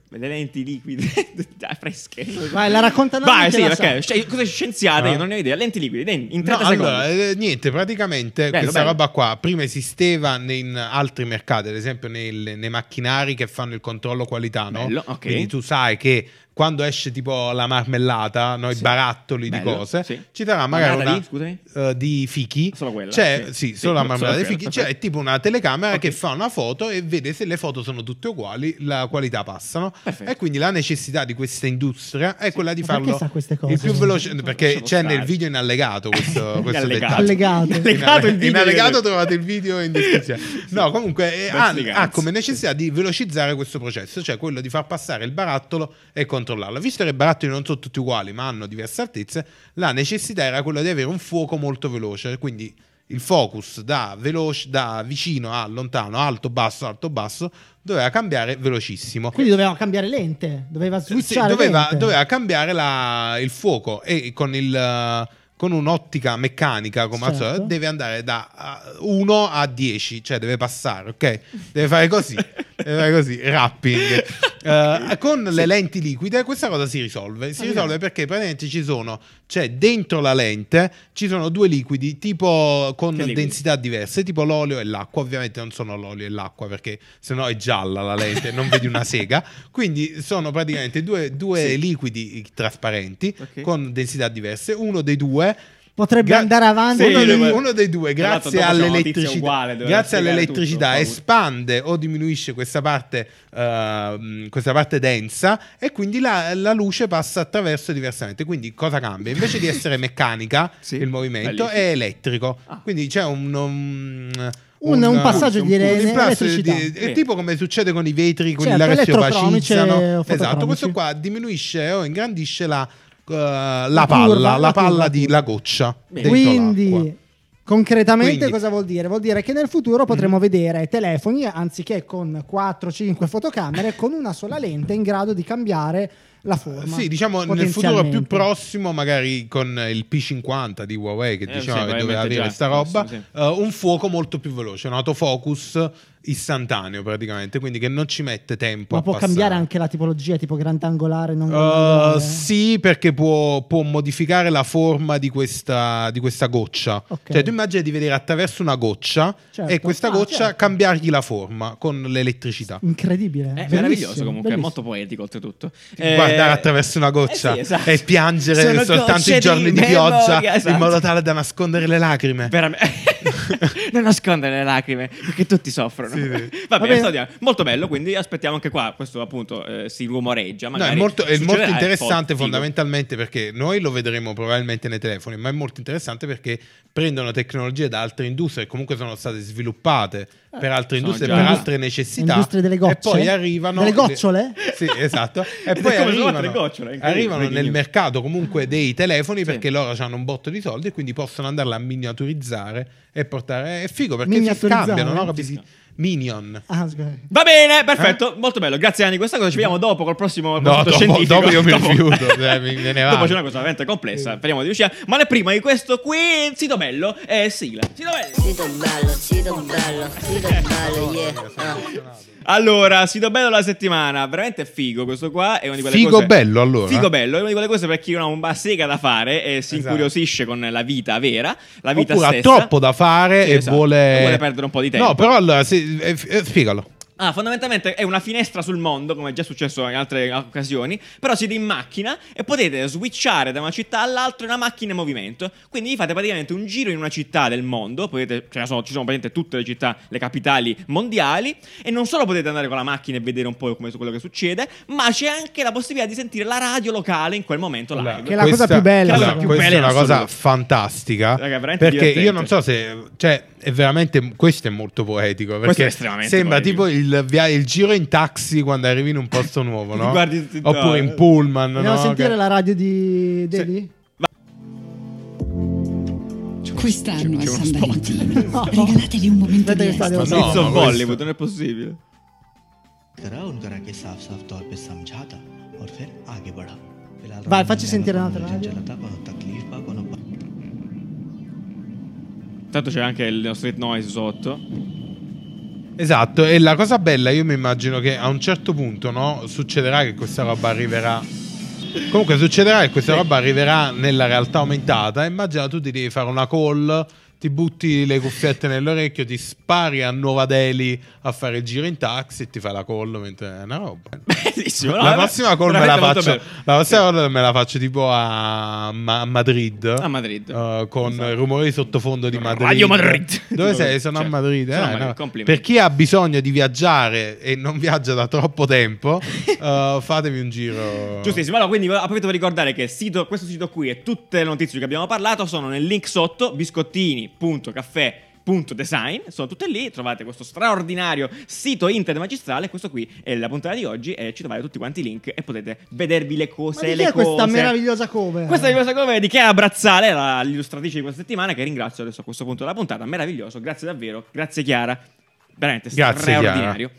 [SPEAKER 1] le lenti liquide ah, fresche.
[SPEAKER 3] Vai, la racconta Nanni
[SPEAKER 1] Vai,
[SPEAKER 3] che
[SPEAKER 1] sì,
[SPEAKER 3] la
[SPEAKER 1] ok, Sci- cose scienziate,
[SPEAKER 2] Ah.
[SPEAKER 1] io non ne ho idea, lenti liquide, in in
[SPEAKER 2] No,
[SPEAKER 1] 30 secondi.
[SPEAKER 2] allora, eh, niente, praticamente
[SPEAKER 1] Bello,
[SPEAKER 2] questa
[SPEAKER 1] bello.
[SPEAKER 2] roba qua prima esisteva nei- in altri mercati, ad esempio nel- nei macchinari che fanno il controllo qualità, no?
[SPEAKER 1] Bello, ok.
[SPEAKER 2] Quindi tu sai che quando esce tipo la marmellata, no, i
[SPEAKER 1] Sì.
[SPEAKER 2] barattoli
[SPEAKER 1] Bello,
[SPEAKER 2] di cose,
[SPEAKER 1] sì.
[SPEAKER 2] ci darà magari
[SPEAKER 1] Marmellata
[SPEAKER 2] una
[SPEAKER 1] di, scusami?
[SPEAKER 2] eh, di fichi.
[SPEAKER 1] Solo quella,
[SPEAKER 2] C'è,
[SPEAKER 1] sì.
[SPEAKER 2] sì,
[SPEAKER 1] Sì,
[SPEAKER 2] solo la
[SPEAKER 1] solo
[SPEAKER 2] marmellata di
[SPEAKER 1] quella,
[SPEAKER 2] fichi,
[SPEAKER 1] ok.
[SPEAKER 2] c'è tipo una telecamera
[SPEAKER 1] Ok.
[SPEAKER 2] che fa una foto e vede se le foto sono tutte uguali, la qualità passano
[SPEAKER 1] Perfetto.
[SPEAKER 2] e quindi la necessità di questa industria è quella di
[SPEAKER 3] Ma perché
[SPEAKER 2] farlo
[SPEAKER 3] sa queste
[SPEAKER 2] il
[SPEAKER 3] cose?
[SPEAKER 2] più veloce perché
[SPEAKER 1] Lasciamo
[SPEAKER 2] c'è nel
[SPEAKER 1] stare.
[SPEAKER 2] video in allegato questo, questo
[SPEAKER 1] Allegato.
[SPEAKER 2] dettaglio.
[SPEAKER 3] Allegato.
[SPEAKER 2] In
[SPEAKER 1] Allegato il
[SPEAKER 2] alle- in
[SPEAKER 1] video.
[SPEAKER 2] allegato trovate il video in descrizione. No, comunque eh,
[SPEAKER 1] Pezzi
[SPEAKER 2] ha,
[SPEAKER 1] di
[SPEAKER 2] ha
[SPEAKER 1] cazzo.
[SPEAKER 2] come necessità di velocizzare questo processo, cioè quello di far passare il barattolo e controllarlo. Visto che i barattoli non sono tutti uguali, ma hanno diverse altezze, la necessità era quella di avere un fuoco molto veloce, quindi il focus da, veloce, da vicino a lontano, alto, basso, alto, basso, doveva cambiare velocissimo.
[SPEAKER 3] Quindi doveva cambiare lente, doveva
[SPEAKER 2] Sì,
[SPEAKER 3] switchare
[SPEAKER 2] doveva,
[SPEAKER 3] lente.
[SPEAKER 2] doveva cambiare la- il fuoco e con, il, con un'ottica meccanica come al
[SPEAKER 3] Certo.
[SPEAKER 2] solito deve andare da 1 a 10, cioè deve passare, ok? Deve fare così, deve fare così, rapping. Eh, con le lenti liquide questa cosa si risolve, si
[SPEAKER 3] Ah,
[SPEAKER 2] risolve perché praticamente ci sono, cioè dentro la lente ci sono due liquidi tipo con
[SPEAKER 1] Che liquidi?
[SPEAKER 2] densità diverse, tipo l'olio e l'acqua, ovviamente non sono l'olio e l'acqua perché sennò è gialla la lente, non vedi una sega, quindi sono praticamente due, due
[SPEAKER 1] Sì.
[SPEAKER 2] liquidi trasparenti
[SPEAKER 1] Ok.
[SPEAKER 2] con densità diverse. Uno dei due
[SPEAKER 3] Potrebbe
[SPEAKER 2] Gra-
[SPEAKER 3] andare avanti.
[SPEAKER 1] Sì,
[SPEAKER 2] uno,
[SPEAKER 1] dove-
[SPEAKER 2] dei, uno dei due,
[SPEAKER 1] Tra l'altro dopo c'è
[SPEAKER 2] grazie
[SPEAKER 1] una notizia
[SPEAKER 2] all'elettricità,
[SPEAKER 1] uguale, doveva
[SPEAKER 2] grazie
[SPEAKER 1] spiegare
[SPEAKER 2] all'elettricità
[SPEAKER 1] tutto, ho
[SPEAKER 2] espande o diminuisce questa parte, ehm, questa parte densa e quindi la, la luce passa attraverso diversamente. Quindi cosa cambia? Invece di essere meccanica,
[SPEAKER 1] Sì.
[SPEAKER 2] il movimento
[SPEAKER 1] Bellissimo.
[SPEAKER 2] è elettrico.
[SPEAKER 1] Ah.
[SPEAKER 2] Quindi c'è un. un
[SPEAKER 3] Un- un passaggio di ele-
[SPEAKER 2] impulso
[SPEAKER 3] elettricità.
[SPEAKER 2] è
[SPEAKER 1] Sì.
[SPEAKER 2] tipo come succede con i vetri, con
[SPEAKER 3] Certo,
[SPEAKER 2] la che si
[SPEAKER 3] elettrocromici e
[SPEAKER 2] opacizzano. Esatto,
[SPEAKER 3] fotocromici.
[SPEAKER 2] questo qua diminuisce o ingrandisce la, eh, la
[SPEAKER 3] La
[SPEAKER 2] palla,
[SPEAKER 3] curva,
[SPEAKER 2] la,
[SPEAKER 3] la
[SPEAKER 2] palla
[SPEAKER 3] curva,
[SPEAKER 2] di
[SPEAKER 3] curva.
[SPEAKER 2] la goccia.
[SPEAKER 1] Bene.
[SPEAKER 2] dentro
[SPEAKER 3] Quindi,
[SPEAKER 2] l'acqua.
[SPEAKER 3] concretamente,
[SPEAKER 2] Quindi- Mhm.
[SPEAKER 3] cosa vuol dire? Vuol dire che nel futuro potremo vedere telefoni anziché con 4-5 fotocamere, con una sola lente in grado di cambiare la forma.
[SPEAKER 2] Sì, diciamo nel futuro più
[SPEAKER 3] potenzialmente.
[SPEAKER 2] prossimo, magari con il P50 di Huawei, che
[SPEAKER 1] Eh, sì,
[SPEAKER 2] diceva che
[SPEAKER 1] probabilmente
[SPEAKER 2] doveva avere
[SPEAKER 1] già,
[SPEAKER 2] questa roba,
[SPEAKER 1] questo, sì.
[SPEAKER 2] eh, un fuoco molto più veloce, un autofocus istantaneo praticamente, quindi che non ci mette tempo.
[SPEAKER 3] Ma
[SPEAKER 2] a
[SPEAKER 3] può
[SPEAKER 2] passare.
[SPEAKER 3] cambiare anche la tipologia, tipo grandangolare, non
[SPEAKER 2] Eh,
[SPEAKER 3] grandangolare?
[SPEAKER 2] sì, perché può, può modificare la forma di questa, di questa goccia.
[SPEAKER 3] Ok.
[SPEAKER 2] Cioè, tu immagini di vedere attraverso una goccia
[SPEAKER 3] Certo.
[SPEAKER 2] e questa
[SPEAKER 3] Ah,
[SPEAKER 2] goccia
[SPEAKER 3] certo.
[SPEAKER 2] cambiargli la forma con l'elettricità.
[SPEAKER 3] Incredibile.
[SPEAKER 1] È
[SPEAKER 3] bellissimo,
[SPEAKER 1] meraviglioso comunque, è
[SPEAKER 3] bellissimo.
[SPEAKER 1] molto poetico oltretutto.
[SPEAKER 2] guardare
[SPEAKER 1] Eh,
[SPEAKER 2] attraverso una goccia
[SPEAKER 1] eh sì, esatto.
[SPEAKER 2] e piangere
[SPEAKER 1] Sono
[SPEAKER 2] soltanto
[SPEAKER 1] gocce
[SPEAKER 2] i giorni di,
[SPEAKER 1] memoria,
[SPEAKER 2] pioggia
[SPEAKER 1] esatto.
[SPEAKER 2] in modo tale da nascondere le lacrime.
[SPEAKER 1] Veramente. non nascondere le lacrime, perché tutti soffrono.
[SPEAKER 2] Sì, sì.
[SPEAKER 1] Va bene,
[SPEAKER 3] bene.
[SPEAKER 1] sto dicendo, molto bello, quindi aspettiamo anche qua, questo appunto eh, si rumoreggia.
[SPEAKER 2] No,
[SPEAKER 1] Magari
[SPEAKER 2] è molto, è molto
[SPEAKER 1] succederà,
[SPEAKER 2] interessante
[SPEAKER 1] poi, figo.
[SPEAKER 2] fondamentalmente perché noi lo vedremo probabilmente nei telefoni, ma è molto interessante perché prendono tecnologie da altre industrie che comunrie sono state sviluppate per altre
[SPEAKER 1] Eh, sono
[SPEAKER 2] industrie,
[SPEAKER 1] già-
[SPEAKER 2] per altre necessità.
[SPEAKER 3] Industrie delle
[SPEAKER 2] e poi
[SPEAKER 3] gocciole?
[SPEAKER 2] arrivano...
[SPEAKER 3] Delle gocciole?
[SPEAKER 2] Sì, esatto. E
[SPEAKER 1] Ed è come
[SPEAKER 2] poi
[SPEAKER 1] sono
[SPEAKER 2] arrivano,
[SPEAKER 1] altre gocciole, incredibile.
[SPEAKER 2] arrivano
[SPEAKER 1] Breaking
[SPEAKER 2] nel
[SPEAKER 1] news.
[SPEAKER 2] mercato comunque dei telefoni
[SPEAKER 1] Sì.
[SPEAKER 2] perché loro hanno un botto di soldi e quindi possono andarla a miniaturizzare e portare... È figo perché si
[SPEAKER 3] Miniaturizzare?
[SPEAKER 2] scambiano, no? Capisci? Minion.
[SPEAKER 3] Ah, scusa.
[SPEAKER 1] Va bene, perfetto, molto bello. Grazie Anni, questa cosa ci vediamo dopo col prossimo
[SPEAKER 2] Eh? No,
[SPEAKER 1] appunto
[SPEAKER 2] dopo-
[SPEAKER 1] scientifico.
[SPEAKER 2] dopo io mi rifiuto, cioè, mi- me ne
[SPEAKER 1] Dopo
[SPEAKER 2] vado.
[SPEAKER 1] c'è una cosa veramente complessa, speriamo di riuscire. Ma la prima di questo qui, Zito Bello e sigla. Zito Bello.
[SPEAKER 5] Sito bello, sito bello, sito bello, yeah. ah.
[SPEAKER 1] Allora, Sito Bello della settimana, veramente figo questo qua, è una di quelle
[SPEAKER 2] Figo
[SPEAKER 1] cose-
[SPEAKER 2] bello, allora?
[SPEAKER 1] Figo bello, è una di quelle cose per chi non ha un bassega da fare e si
[SPEAKER 2] Esatto.
[SPEAKER 1] incuriosisce con la vita vera, la vita
[SPEAKER 2] Oppure
[SPEAKER 1] stessa.
[SPEAKER 2] ha troppo da fare
[SPEAKER 1] Sì,
[SPEAKER 2] e
[SPEAKER 1] esatto,
[SPEAKER 2] vuole...
[SPEAKER 1] e vuole perdere un po' di tempo.
[SPEAKER 2] No, però allora, se- eh, f- eh, spiegalo.
[SPEAKER 1] Ah, fondamentalmente è una finestra sul mondo, come è già successo in altre occasioni. Però siete in macchina e potete switchare da una città all'altra in una macchina in movimento. Quindi vi fate praticamente un giro in una città del mondo. Potete, ce ne sono, ci sono praticamente tutte le città, le capitali mondiali. E non solo potete andare con la macchina e vedere un po' come, quello che succede, ma c'è anche la possibilità di sentire la radio locale in quel momento live.
[SPEAKER 3] Che è la cosa più bella,
[SPEAKER 2] allora,
[SPEAKER 3] secondo
[SPEAKER 1] me.
[SPEAKER 2] questa è una
[SPEAKER 1] Bella in
[SPEAKER 2] cosa
[SPEAKER 1] assoluto.
[SPEAKER 2] fantastica.
[SPEAKER 1] Raga, è veramente
[SPEAKER 2] perché
[SPEAKER 1] divertente.
[SPEAKER 2] io non so se. Cioè, è veramente. Questo è molto poetico. Perché
[SPEAKER 1] è estremamente
[SPEAKER 2] sembra
[SPEAKER 1] poetico.
[SPEAKER 2] tipo il, via- il giro in taxi quando arrivi in un posto nuovo, no?
[SPEAKER 1] Guardi tutti eh. intorno.
[SPEAKER 2] Oppure in pullman.
[SPEAKER 3] Andiamo
[SPEAKER 2] no?
[SPEAKER 3] a sentire
[SPEAKER 2] Che-
[SPEAKER 3] la radio di Dedi?
[SPEAKER 6] Quest'anno a
[SPEAKER 1] C'è uno
[SPEAKER 6] San
[SPEAKER 1] spot.
[SPEAKER 6] Valentino regalatevi un momento
[SPEAKER 3] Aspetta
[SPEAKER 6] di
[SPEAKER 3] che sta-
[SPEAKER 6] estasi.
[SPEAKER 3] devo-
[SPEAKER 2] No,
[SPEAKER 1] It's
[SPEAKER 2] ma
[SPEAKER 1] on
[SPEAKER 2] questo-
[SPEAKER 1] Bollywood, non è possibile.
[SPEAKER 7] करा और करा के साफ साफ तौर पे समझाता और फिर आगे बढ़ा फिलहाल
[SPEAKER 3] Vai,
[SPEAKER 7] राम
[SPEAKER 3] facci
[SPEAKER 7] ने
[SPEAKER 3] sentire
[SPEAKER 7] लगातार
[SPEAKER 3] un'altra
[SPEAKER 7] मनोरंजन
[SPEAKER 3] radio.
[SPEAKER 7] चला था बहुत तकलीफ पा कोनो पा-
[SPEAKER 1] Tanto c'è anche il street noise sotto.
[SPEAKER 2] Esatto, e la cosa bella, io mi immagino che a un certo punto, no? Succederà che questa roba arriverà. Comunque succederà che questa roba arriverà nella realtà aumentata. Immagina tu ti devi fare una call, ti butti le cuffiette nell'orecchio, ti spari a Nuova Delhi a fare il giro in taxi e ti fai la call mentre è una roba.
[SPEAKER 1] Bellissimo. no,
[SPEAKER 2] la
[SPEAKER 1] vabbè,
[SPEAKER 2] prossima call me la
[SPEAKER 1] veramente molto
[SPEAKER 2] faccio.
[SPEAKER 1] bello.
[SPEAKER 2] La prossima call me la faccio tipo a, Ma- a Madrid.
[SPEAKER 1] A Madrid.
[SPEAKER 2] Eh, con
[SPEAKER 1] Esatto.
[SPEAKER 2] il rumore di sottofondo di Madrid.
[SPEAKER 1] Radio Madrid.
[SPEAKER 2] Dove sei? Sono
[SPEAKER 1] Cioè,
[SPEAKER 2] a Madrid.
[SPEAKER 1] sono a
[SPEAKER 2] eh,
[SPEAKER 1] Madrid,
[SPEAKER 2] no.
[SPEAKER 1] complimenti.
[SPEAKER 2] Per chi ha bisogno di viaggiare e non viaggia da troppo tempo, eh, fatevi un giro.
[SPEAKER 1] Giustissimo, allora quindi approfitto per ricordare che il sito- questo sito qui e tutte le notizie di cui abbiamo parlato sono nel link sotto biscottini.caffè.design sono tutte lì, trovate questo straordinario sito internet magistrale, questo qui è la puntata di oggi e ci trovate tutti quanti i link e potete vedervi le
[SPEAKER 3] Ma
[SPEAKER 1] cose,
[SPEAKER 3] di chi
[SPEAKER 1] le
[SPEAKER 3] è
[SPEAKER 1] cose.
[SPEAKER 3] questa meravigliosa cover?
[SPEAKER 1] Questa meravigliosa cover è di Chiara Brazzale, la- l'illustratrice di questa settimana che ringrazio adesso a questo punto della puntata, meraviglioso, grazie davvero, grazie Chiara, veramente
[SPEAKER 2] Grazie, Chiara.
[SPEAKER 1] straordinario.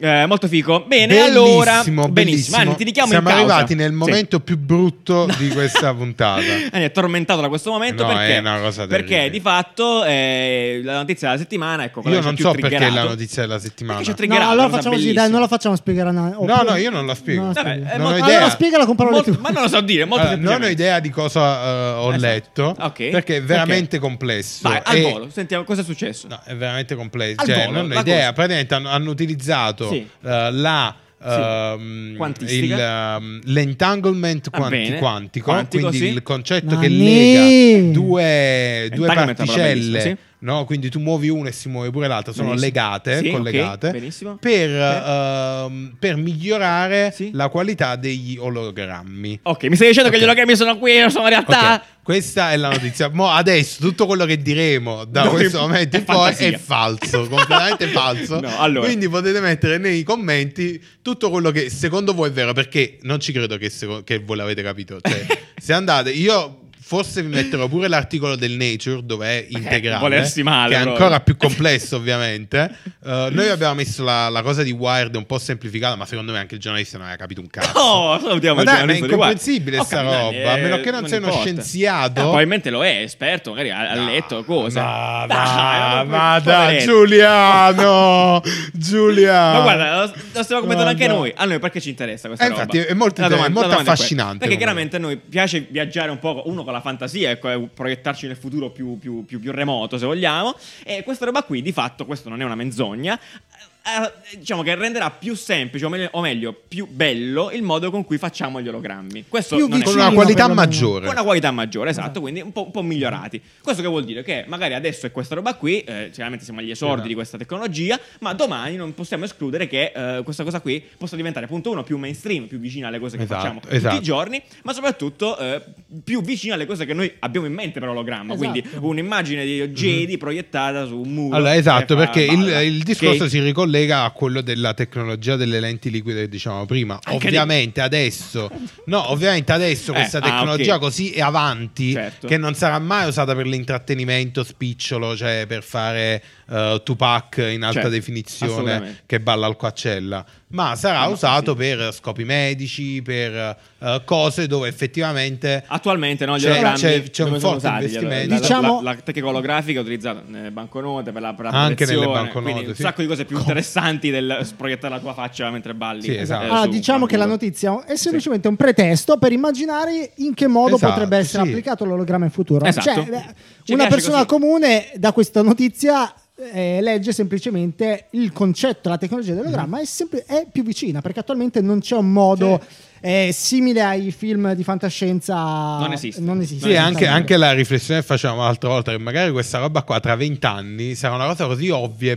[SPEAKER 1] Eh, molto fico. Bene,
[SPEAKER 2] Bellissimo,
[SPEAKER 1] allora.
[SPEAKER 2] bellissimo.
[SPEAKER 1] Benissimo. Anni, ti richiamo
[SPEAKER 2] Siamo
[SPEAKER 1] in causa.
[SPEAKER 2] arrivati nel
[SPEAKER 1] Sì.
[SPEAKER 2] momento più brutto di questa puntata.
[SPEAKER 1] Anni è tormentato da questo momento
[SPEAKER 2] No,
[SPEAKER 1] perché,
[SPEAKER 2] è una cosa terribile.
[SPEAKER 1] perché di fatto eh, la notizia della settimana, ecco, quella
[SPEAKER 2] Io
[SPEAKER 1] che
[SPEAKER 2] non
[SPEAKER 1] ci ha
[SPEAKER 2] so
[SPEAKER 1] più
[SPEAKER 2] perché è
[SPEAKER 1] triggerato.
[SPEAKER 2] la notizia della settimana.
[SPEAKER 1] Perché ci ha
[SPEAKER 3] No,
[SPEAKER 1] triggerato,
[SPEAKER 3] allora
[SPEAKER 1] una cosa
[SPEAKER 3] facciamo così, dai,
[SPEAKER 1] bellissima.
[SPEAKER 3] non la facciamo spiegare. No,
[SPEAKER 2] no, io non la spiego.
[SPEAKER 3] Non la
[SPEAKER 1] Vabbè,
[SPEAKER 3] spiego.
[SPEAKER 1] eh,
[SPEAKER 2] Non ho
[SPEAKER 1] molto-
[SPEAKER 2] idea.
[SPEAKER 3] Allora spiegala con parole
[SPEAKER 1] molto-
[SPEAKER 3] tue.
[SPEAKER 1] Ma non lo so dire, molto
[SPEAKER 2] Allora, non ho
[SPEAKER 1] semplicemente.
[SPEAKER 2] idea di cosa eh, ho
[SPEAKER 1] Esatto.
[SPEAKER 2] letto
[SPEAKER 1] Ok.
[SPEAKER 2] perché è veramente
[SPEAKER 1] Ok.
[SPEAKER 2] complesso.
[SPEAKER 1] Vai, al
[SPEAKER 2] e-
[SPEAKER 1] volo, sentiamo cosa è successo.
[SPEAKER 2] No, è veramente complesso.
[SPEAKER 1] Al
[SPEAKER 2] Cioè,
[SPEAKER 1] volo,
[SPEAKER 2] non ho
[SPEAKER 1] la
[SPEAKER 2] idea.
[SPEAKER 1] cosa.
[SPEAKER 2] Praticamente hanno, hanno utilizzato
[SPEAKER 1] Sì.
[SPEAKER 2] eh, la.
[SPEAKER 1] Sì.
[SPEAKER 2] ehm,
[SPEAKER 1] Quantistica.
[SPEAKER 2] il, ehm, l'entanglement
[SPEAKER 1] Va
[SPEAKER 2] quanti-
[SPEAKER 1] bene.
[SPEAKER 2] quantico,
[SPEAKER 1] Quantico,
[SPEAKER 2] quindi
[SPEAKER 1] sì.
[SPEAKER 2] il concetto che
[SPEAKER 3] Nanni.
[SPEAKER 2] lega due, due
[SPEAKER 1] Entanglement è una parola
[SPEAKER 2] particelle,
[SPEAKER 1] bellissima, sì.
[SPEAKER 2] no? quindi tu muovi una e si muove pure l'altra, sono
[SPEAKER 1] Benissimo.
[SPEAKER 2] legate,
[SPEAKER 1] Sì, ok,
[SPEAKER 2] collegate,
[SPEAKER 1] benissimo.
[SPEAKER 2] per,
[SPEAKER 1] Ok.
[SPEAKER 2] ehm, per migliorare
[SPEAKER 1] Sì.
[SPEAKER 2] la qualità degli ologrammi.
[SPEAKER 1] Ok, mi stai dicendo
[SPEAKER 2] Ok.
[SPEAKER 1] che gli ologrammi sono qui, non sono in realtà.
[SPEAKER 2] Ok, Questa è la notizia. Mo adesso tutto quello che diremo da
[SPEAKER 1] No,
[SPEAKER 2] questo
[SPEAKER 1] è-
[SPEAKER 2] momento
[SPEAKER 1] è
[SPEAKER 2] in poi
[SPEAKER 1] fantasia.
[SPEAKER 2] è falso, completamente falso.
[SPEAKER 1] No, allora.
[SPEAKER 2] Quindi potete mettere nei commenti tutto quello che secondo voi è vero, perché non ci credo che, seco- che voi l'avete capito. Cioè, se andate, io forse vi metterò pure l'articolo del Nature dove è integrale,
[SPEAKER 1] Eh, volersi male,
[SPEAKER 2] che è
[SPEAKER 1] proprio.
[SPEAKER 2] ancora più complesso ovviamente. Eh, noi abbiamo messo la, la cosa di Wired un po' semplificata, ma secondo me anche il giornalista non aveva capito un cazzo.
[SPEAKER 1] No, salutiamo
[SPEAKER 2] Ma
[SPEAKER 1] il
[SPEAKER 2] dai, ma è
[SPEAKER 1] giornalista di Guardia.
[SPEAKER 2] incomprensibile
[SPEAKER 1] Ho
[SPEAKER 2] sta
[SPEAKER 1] capito,
[SPEAKER 2] roba, a
[SPEAKER 1] eh,
[SPEAKER 2] meno che non sei uno
[SPEAKER 1] importa.
[SPEAKER 2] scienziato.
[SPEAKER 1] Eh, probabilmente lo è, esperto, magari ha, ha letto Ah, cose.
[SPEAKER 2] Ma,
[SPEAKER 1] Dai,
[SPEAKER 2] ma,
[SPEAKER 1] po-
[SPEAKER 2] ma dai,
[SPEAKER 1] poveretto.
[SPEAKER 2] Giuliano! Giuliano!
[SPEAKER 1] Ma guarda, lo, lo stiamo commentando anche
[SPEAKER 2] Guarda.
[SPEAKER 1] noi. A noi perché ci interessa questa
[SPEAKER 2] Eh,
[SPEAKER 1] roba?
[SPEAKER 2] infatti, è molto
[SPEAKER 1] La
[SPEAKER 2] inter-
[SPEAKER 1] domanda-
[SPEAKER 2] è molto
[SPEAKER 1] la domanda quella.
[SPEAKER 2] affascinante
[SPEAKER 1] Perché
[SPEAKER 2] come-
[SPEAKER 1] chiaramente a noi piace viaggiare un po', uno con la fantasia, ecco, e proiettarci nel futuro più, più- più- più remoto, se vogliamo. E questa roba qui, di fatto, questo non è una menzogna, eh, diciamo che renderà più semplice, o meglio, o meglio, più bello il modo con cui facciamo gli ologrammi. Questo
[SPEAKER 3] Più
[SPEAKER 1] non è
[SPEAKER 2] con
[SPEAKER 3] vicino,
[SPEAKER 2] una qualità
[SPEAKER 3] perlomeno.
[SPEAKER 2] maggiore.
[SPEAKER 1] con una qualità maggiore, esatto, quindi un po', un po' migliorati. Questo che vuol dire che magari adesso è questa roba qui, eh, chiaramente siamo agli esordi
[SPEAKER 2] Esatto.
[SPEAKER 1] di questa tecnologia, ma domani non possiamo escludere che eh, questa cosa qui possa diventare punto uno più mainstream, più vicina alle cose che
[SPEAKER 2] Esatto,
[SPEAKER 1] facciamo tutti
[SPEAKER 2] esatto.
[SPEAKER 1] i giorni, ma soprattutto eh, più vicina alle cose che noi abbiamo in mente per ologramma,
[SPEAKER 3] Esatto.
[SPEAKER 1] quindi un'immagine di Jedi proiettata su un muro.
[SPEAKER 2] Allora,
[SPEAKER 1] che
[SPEAKER 2] esatto,
[SPEAKER 1] fa
[SPEAKER 2] perché il,
[SPEAKER 1] balla.
[SPEAKER 2] il discorso
[SPEAKER 1] Che-
[SPEAKER 2] si ricollega a quello della tecnologia delle lenti liquide che dicevamo prima.
[SPEAKER 1] Anche
[SPEAKER 2] ovviamente adesso, no, ovviamente adesso
[SPEAKER 1] Eh,
[SPEAKER 2] questa
[SPEAKER 1] ah,
[SPEAKER 2] tecnologia
[SPEAKER 1] ok.
[SPEAKER 2] così è avanti
[SPEAKER 1] Certo.
[SPEAKER 2] che non sarà mai usata per l'intrattenimento spicciolo, cioè per fare eh, Tupac in alta
[SPEAKER 1] Certo,
[SPEAKER 2] definizione
[SPEAKER 1] assolutamente.
[SPEAKER 2] che balla al coaccella, ma sarà
[SPEAKER 1] Ah, no,
[SPEAKER 2] usato
[SPEAKER 1] sì.
[SPEAKER 2] per scopi medici, per eh, cose dove effettivamente
[SPEAKER 1] Attualmente no, gli
[SPEAKER 2] C'è-
[SPEAKER 1] ologrammi
[SPEAKER 2] c'è- c'è un
[SPEAKER 1] dove sono
[SPEAKER 2] forte
[SPEAKER 1] usati gli
[SPEAKER 2] investimento.
[SPEAKER 1] ologrammi? La- la-
[SPEAKER 3] Diciamo-
[SPEAKER 1] la, la tecnica olografica è utilizzata nelle banconote per la per la
[SPEAKER 2] Anche nelle
[SPEAKER 1] protezione,
[SPEAKER 2] banconote,
[SPEAKER 1] quindi un
[SPEAKER 2] sì.
[SPEAKER 1] sacco di cose più interessanti del sproiettare la tua faccia mentre balli.
[SPEAKER 2] Sì, esatto.
[SPEAKER 1] eh,
[SPEAKER 2] Ah,
[SPEAKER 3] Allora,
[SPEAKER 1] su un
[SPEAKER 3] diciamo che la
[SPEAKER 1] computer.
[SPEAKER 3] notizia è semplicemente un pretesto per immaginare in che modo
[SPEAKER 2] Esatto,
[SPEAKER 3] potrebbe essere
[SPEAKER 2] sì.
[SPEAKER 3] applicato l'ologramma in futuro.
[SPEAKER 1] Esatto.
[SPEAKER 3] Cioè,
[SPEAKER 1] Ci
[SPEAKER 3] beh,
[SPEAKER 1] piace
[SPEAKER 3] una persona
[SPEAKER 1] così.
[SPEAKER 3] comune da questa notizia eh, legge semplicemente il concetto, la tecnologia dell'ologramma
[SPEAKER 1] Mm-hmm.
[SPEAKER 3] è, sempli- è più vicina perché attualmente non c'è un modo eh, simile ai film di fantascienza.
[SPEAKER 1] Non esiste.
[SPEAKER 3] Non esiste.
[SPEAKER 2] Sì,
[SPEAKER 1] Non
[SPEAKER 2] anche,
[SPEAKER 3] Esattamente.
[SPEAKER 2] anche la riflessione che facevamo l'altra volta, che magari questa roba qua tra vent'anni sarà una cosa così ovvia e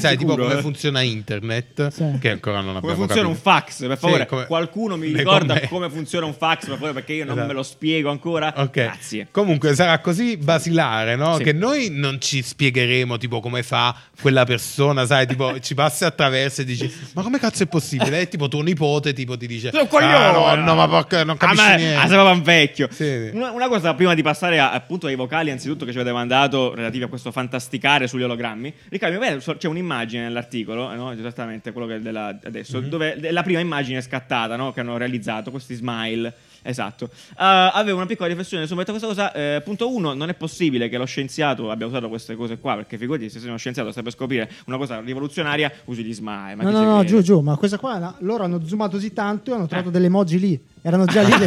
[SPEAKER 2] sai, tipo
[SPEAKER 1] Eh, Sicuro,
[SPEAKER 2] come
[SPEAKER 1] eh.
[SPEAKER 2] funziona internet,
[SPEAKER 3] Sì.
[SPEAKER 2] che ancora non abbiamo
[SPEAKER 1] Come funziona un
[SPEAKER 2] capito.
[SPEAKER 1] fax? Per favore,
[SPEAKER 2] Sì, come-
[SPEAKER 1] qualcuno mi
[SPEAKER 2] nei
[SPEAKER 1] ricorda
[SPEAKER 2] commenti.
[SPEAKER 1] come funziona un fax, per favore, perché io non
[SPEAKER 2] Esatto.
[SPEAKER 1] me lo spiego ancora.
[SPEAKER 2] Ok.
[SPEAKER 1] Grazie.
[SPEAKER 2] Comunque sarà così basilare, no?
[SPEAKER 1] Sì.
[SPEAKER 2] Che noi non ci spiegheremo tipo come fa quella persona, sai, tipo ci passa attraverso e dici "Ma come cazzo è possibile?" E tipo tuo nipote tipo ti dice
[SPEAKER 1] Sono un coglione!
[SPEAKER 2] "Ah, no, no, ma porca, non capisci
[SPEAKER 1] Ah, ma-
[SPEAKER 2] niente."
[SPEAKER 1] ah, sei proprio un vecchio.
[SPEAKER 2] Sì.
[SPEAKER 1] Una, una cosa prima di passare a- appunto ai vocali, anzitutto che ci avete mandato relativi a questo fantasticare sugli ologrammi. Riccardo, mi pare so- c'è un'immagine nell'articolo, eh, no? esattamente quello che è della, adesso,
[SPEAKER 2] Mhm.
[SPEAKER 1] dove è la prima immagine scattata no? che hanno realizzato, questi smile. Esatto, Eh, avevo una piccola riflessione su questa cosa. eh, punto 1: non è possibile che lo scienziato abbia usato queste cose qua. Perché figurati, se sei uno scienziato e stai per scoprire una cosa rivoluzionaria, usi gli smile. Ma
[SPEAKER 3] No,
[SPEAKER 1] chi
[SPEAKER 3] no,
[SPEAKER 1] ci
[SPEAKER 3] no,
[SPEAKER 1] crede?
[SPEAKER 3] giù, giù, ma questa qua, no, loro hanno zoomato così tanto e hanno trovato
[SPEAKER 1] Eh.
[SPEAKER 3] delle emoji lì, erano già lì le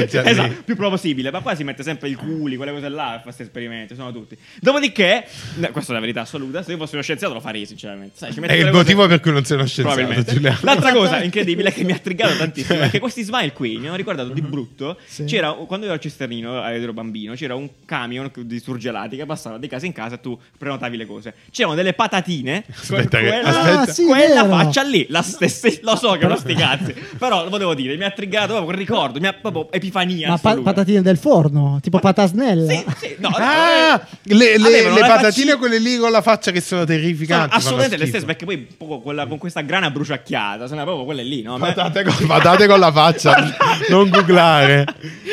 [SPEAKER 2] Eh, già lì.
[SPEAKER 1] esatto, più plausibile, ma qua si mette sempre i culi, quelle cose là, fa questi esperimenti, sono tutti. Dopodiché, no, questa è la verità assoluta, se io fossi uno scienziato lo farei sinceramente. Sai, ci
[SPEAKER 2] È
[SPEAKER 1] metto
[SPEAKER 2] il
[SPEAKER 1] quelle cose-
[SPEAKER 2] motivo per cui non sei uno scienziato,
[SPEAKER 1] Probabilmente.
[SPEAKER 2] Giuliano.
[SPEAKER 1] L'altra cosa incredibile che mi ha triggato tantissimo è che questi smile qui mi hanno ricordato
[SPEAKER 2] Mhm.
[SPEAKER 1] di brutto.
[SPEAKER 3] Sì.
[SPEAKER 1] C'era quando io ero a Cisternino, eh, ero bambino, c'era un camion di surgelati che passava di casa in casa e tu prenotavi le cose. C'erano delle patatine.
[SPEAKER 2] Aspetta che-
[SPEAKER 1] quella,
[SPEAKER 2] aspetta.
[SPEAKER 3] Ah, sì,
[SPEAKER 1] quella
[SPEAKER 3] vero.
[SPEAKER 1] faccia lì, la stessa, lo so che lo sti cazzi, però lo volevo dire, mi ha triggato proprio quel ricordo, mi ha proprio epifania.
[SPEAKER 3] Ma pa- eh?
[SPEAKER 1] assoluta.
[SPEAKER 3] patatine del forno, tipo patasnella.
[SPEAKER 1] Sì, sì, no,
[SPEAKER 2] Ah,
[SPEAKER 1] eh,
[SPEAKER 2] le, le-
[SPEAKER 1] avevano
[SPEAKER 2] le
[SPEAKER 1] la
[SPEAKER 2] patatine
[SPEAKER 1] facci-
[SPEAKER 2] quelle lì con la faccia che sono
[SPEAKER 1] sono
[SPEAKER 2] terrificanti.
[SPEAKER 1] assolutamente
[SPEAKER 2] fanno
[SPEAKER 1] le stesse, perché
[SPEAKER 2] schifo.
[SPEAKER 1] poi proprio quella- con questa grana bruciacchiata, sono proprio quelle lì, no? Ma-
[SPEAKER 2] Patate con, patate con la faccia, non googlare.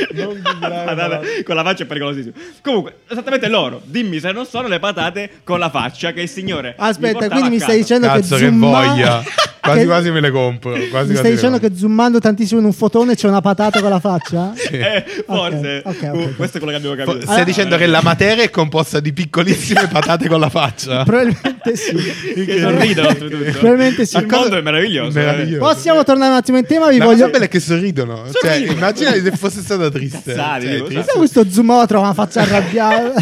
[SPEAKER 2] Non googlare.
[SPEAKER 1] Patate con la faccia è pericolosissimo. Comunque, esattamente loro. Dimmi se non sono le patate con la faccia che il signore. mi
[SPEAKER 3] Aspetta,
[SPEAKER 1] portava
[SPEAKER 3] quindi
[SPEAKER 1] a
[SPEAKER 3] mi
[SPEAKER 1] casa.
[SPEAKER 3] stai dicendo
[SPEAKER 2] Cazzo, che
[SPEAKER 3] zumma-
[SPEAKER 2] voglia. Quasi
[SPEAKER 3] che-
[SPEAKER 2] quasi me le compro. Quasi,
[SPEAKER 3] mi
[SPEAKER 2] quasi
[SPEAKER 3] stai
[SPEAKER 2] me le
[SPEAKER 3] dicendo
[SPEAKER 2] compro.
[SPEAKER 3] che zoomando tantissimo in un fotone c'è una patata con la faccia?
[SPEAKER 1] Eh, forse.
[SPEAKER 3] Ok, ok,
[SPEAKER 1] Uh,
[SPEAKER 3] ok.
[SPEAKER 1] questo è quello che abbiamo
[SPEAKER 2] Fo-
[SPEAKER 1] capito.
[SPEAKER 2] Stai dicendo che la materia è composta di piccolissime patate con la faccia.
[SPEAKER 3] Probabilmente sì.
[SPEAKER 1] Che sorridono oltretutto.
[SPEAKER 3] Probabilmente sì.
[SPEAKER 1] Il mondo è meraviglioso. eh.
[SPEAKER 2] Meraviglioso.
[SPEAKER 3] Possiamo tornare un attimo in tema, vi
[SPEAKER 2] La
[SPEAKER 3] voglio...
[SPEAKER 2] cosa bella è che sorridono. Cioè,
[SPEAKER 1] Sorridono.
[SPEAKER 2] immagina se fosse stata triste.
[SPEAKER 1] Cazzate,
[SPEAKER 2] Cioè,
[SPEAKER 1] dico,
[SPEAKER 2] triste.
[SPEAKER 3] Sai questo zoomato trova una faccia arrabbiata?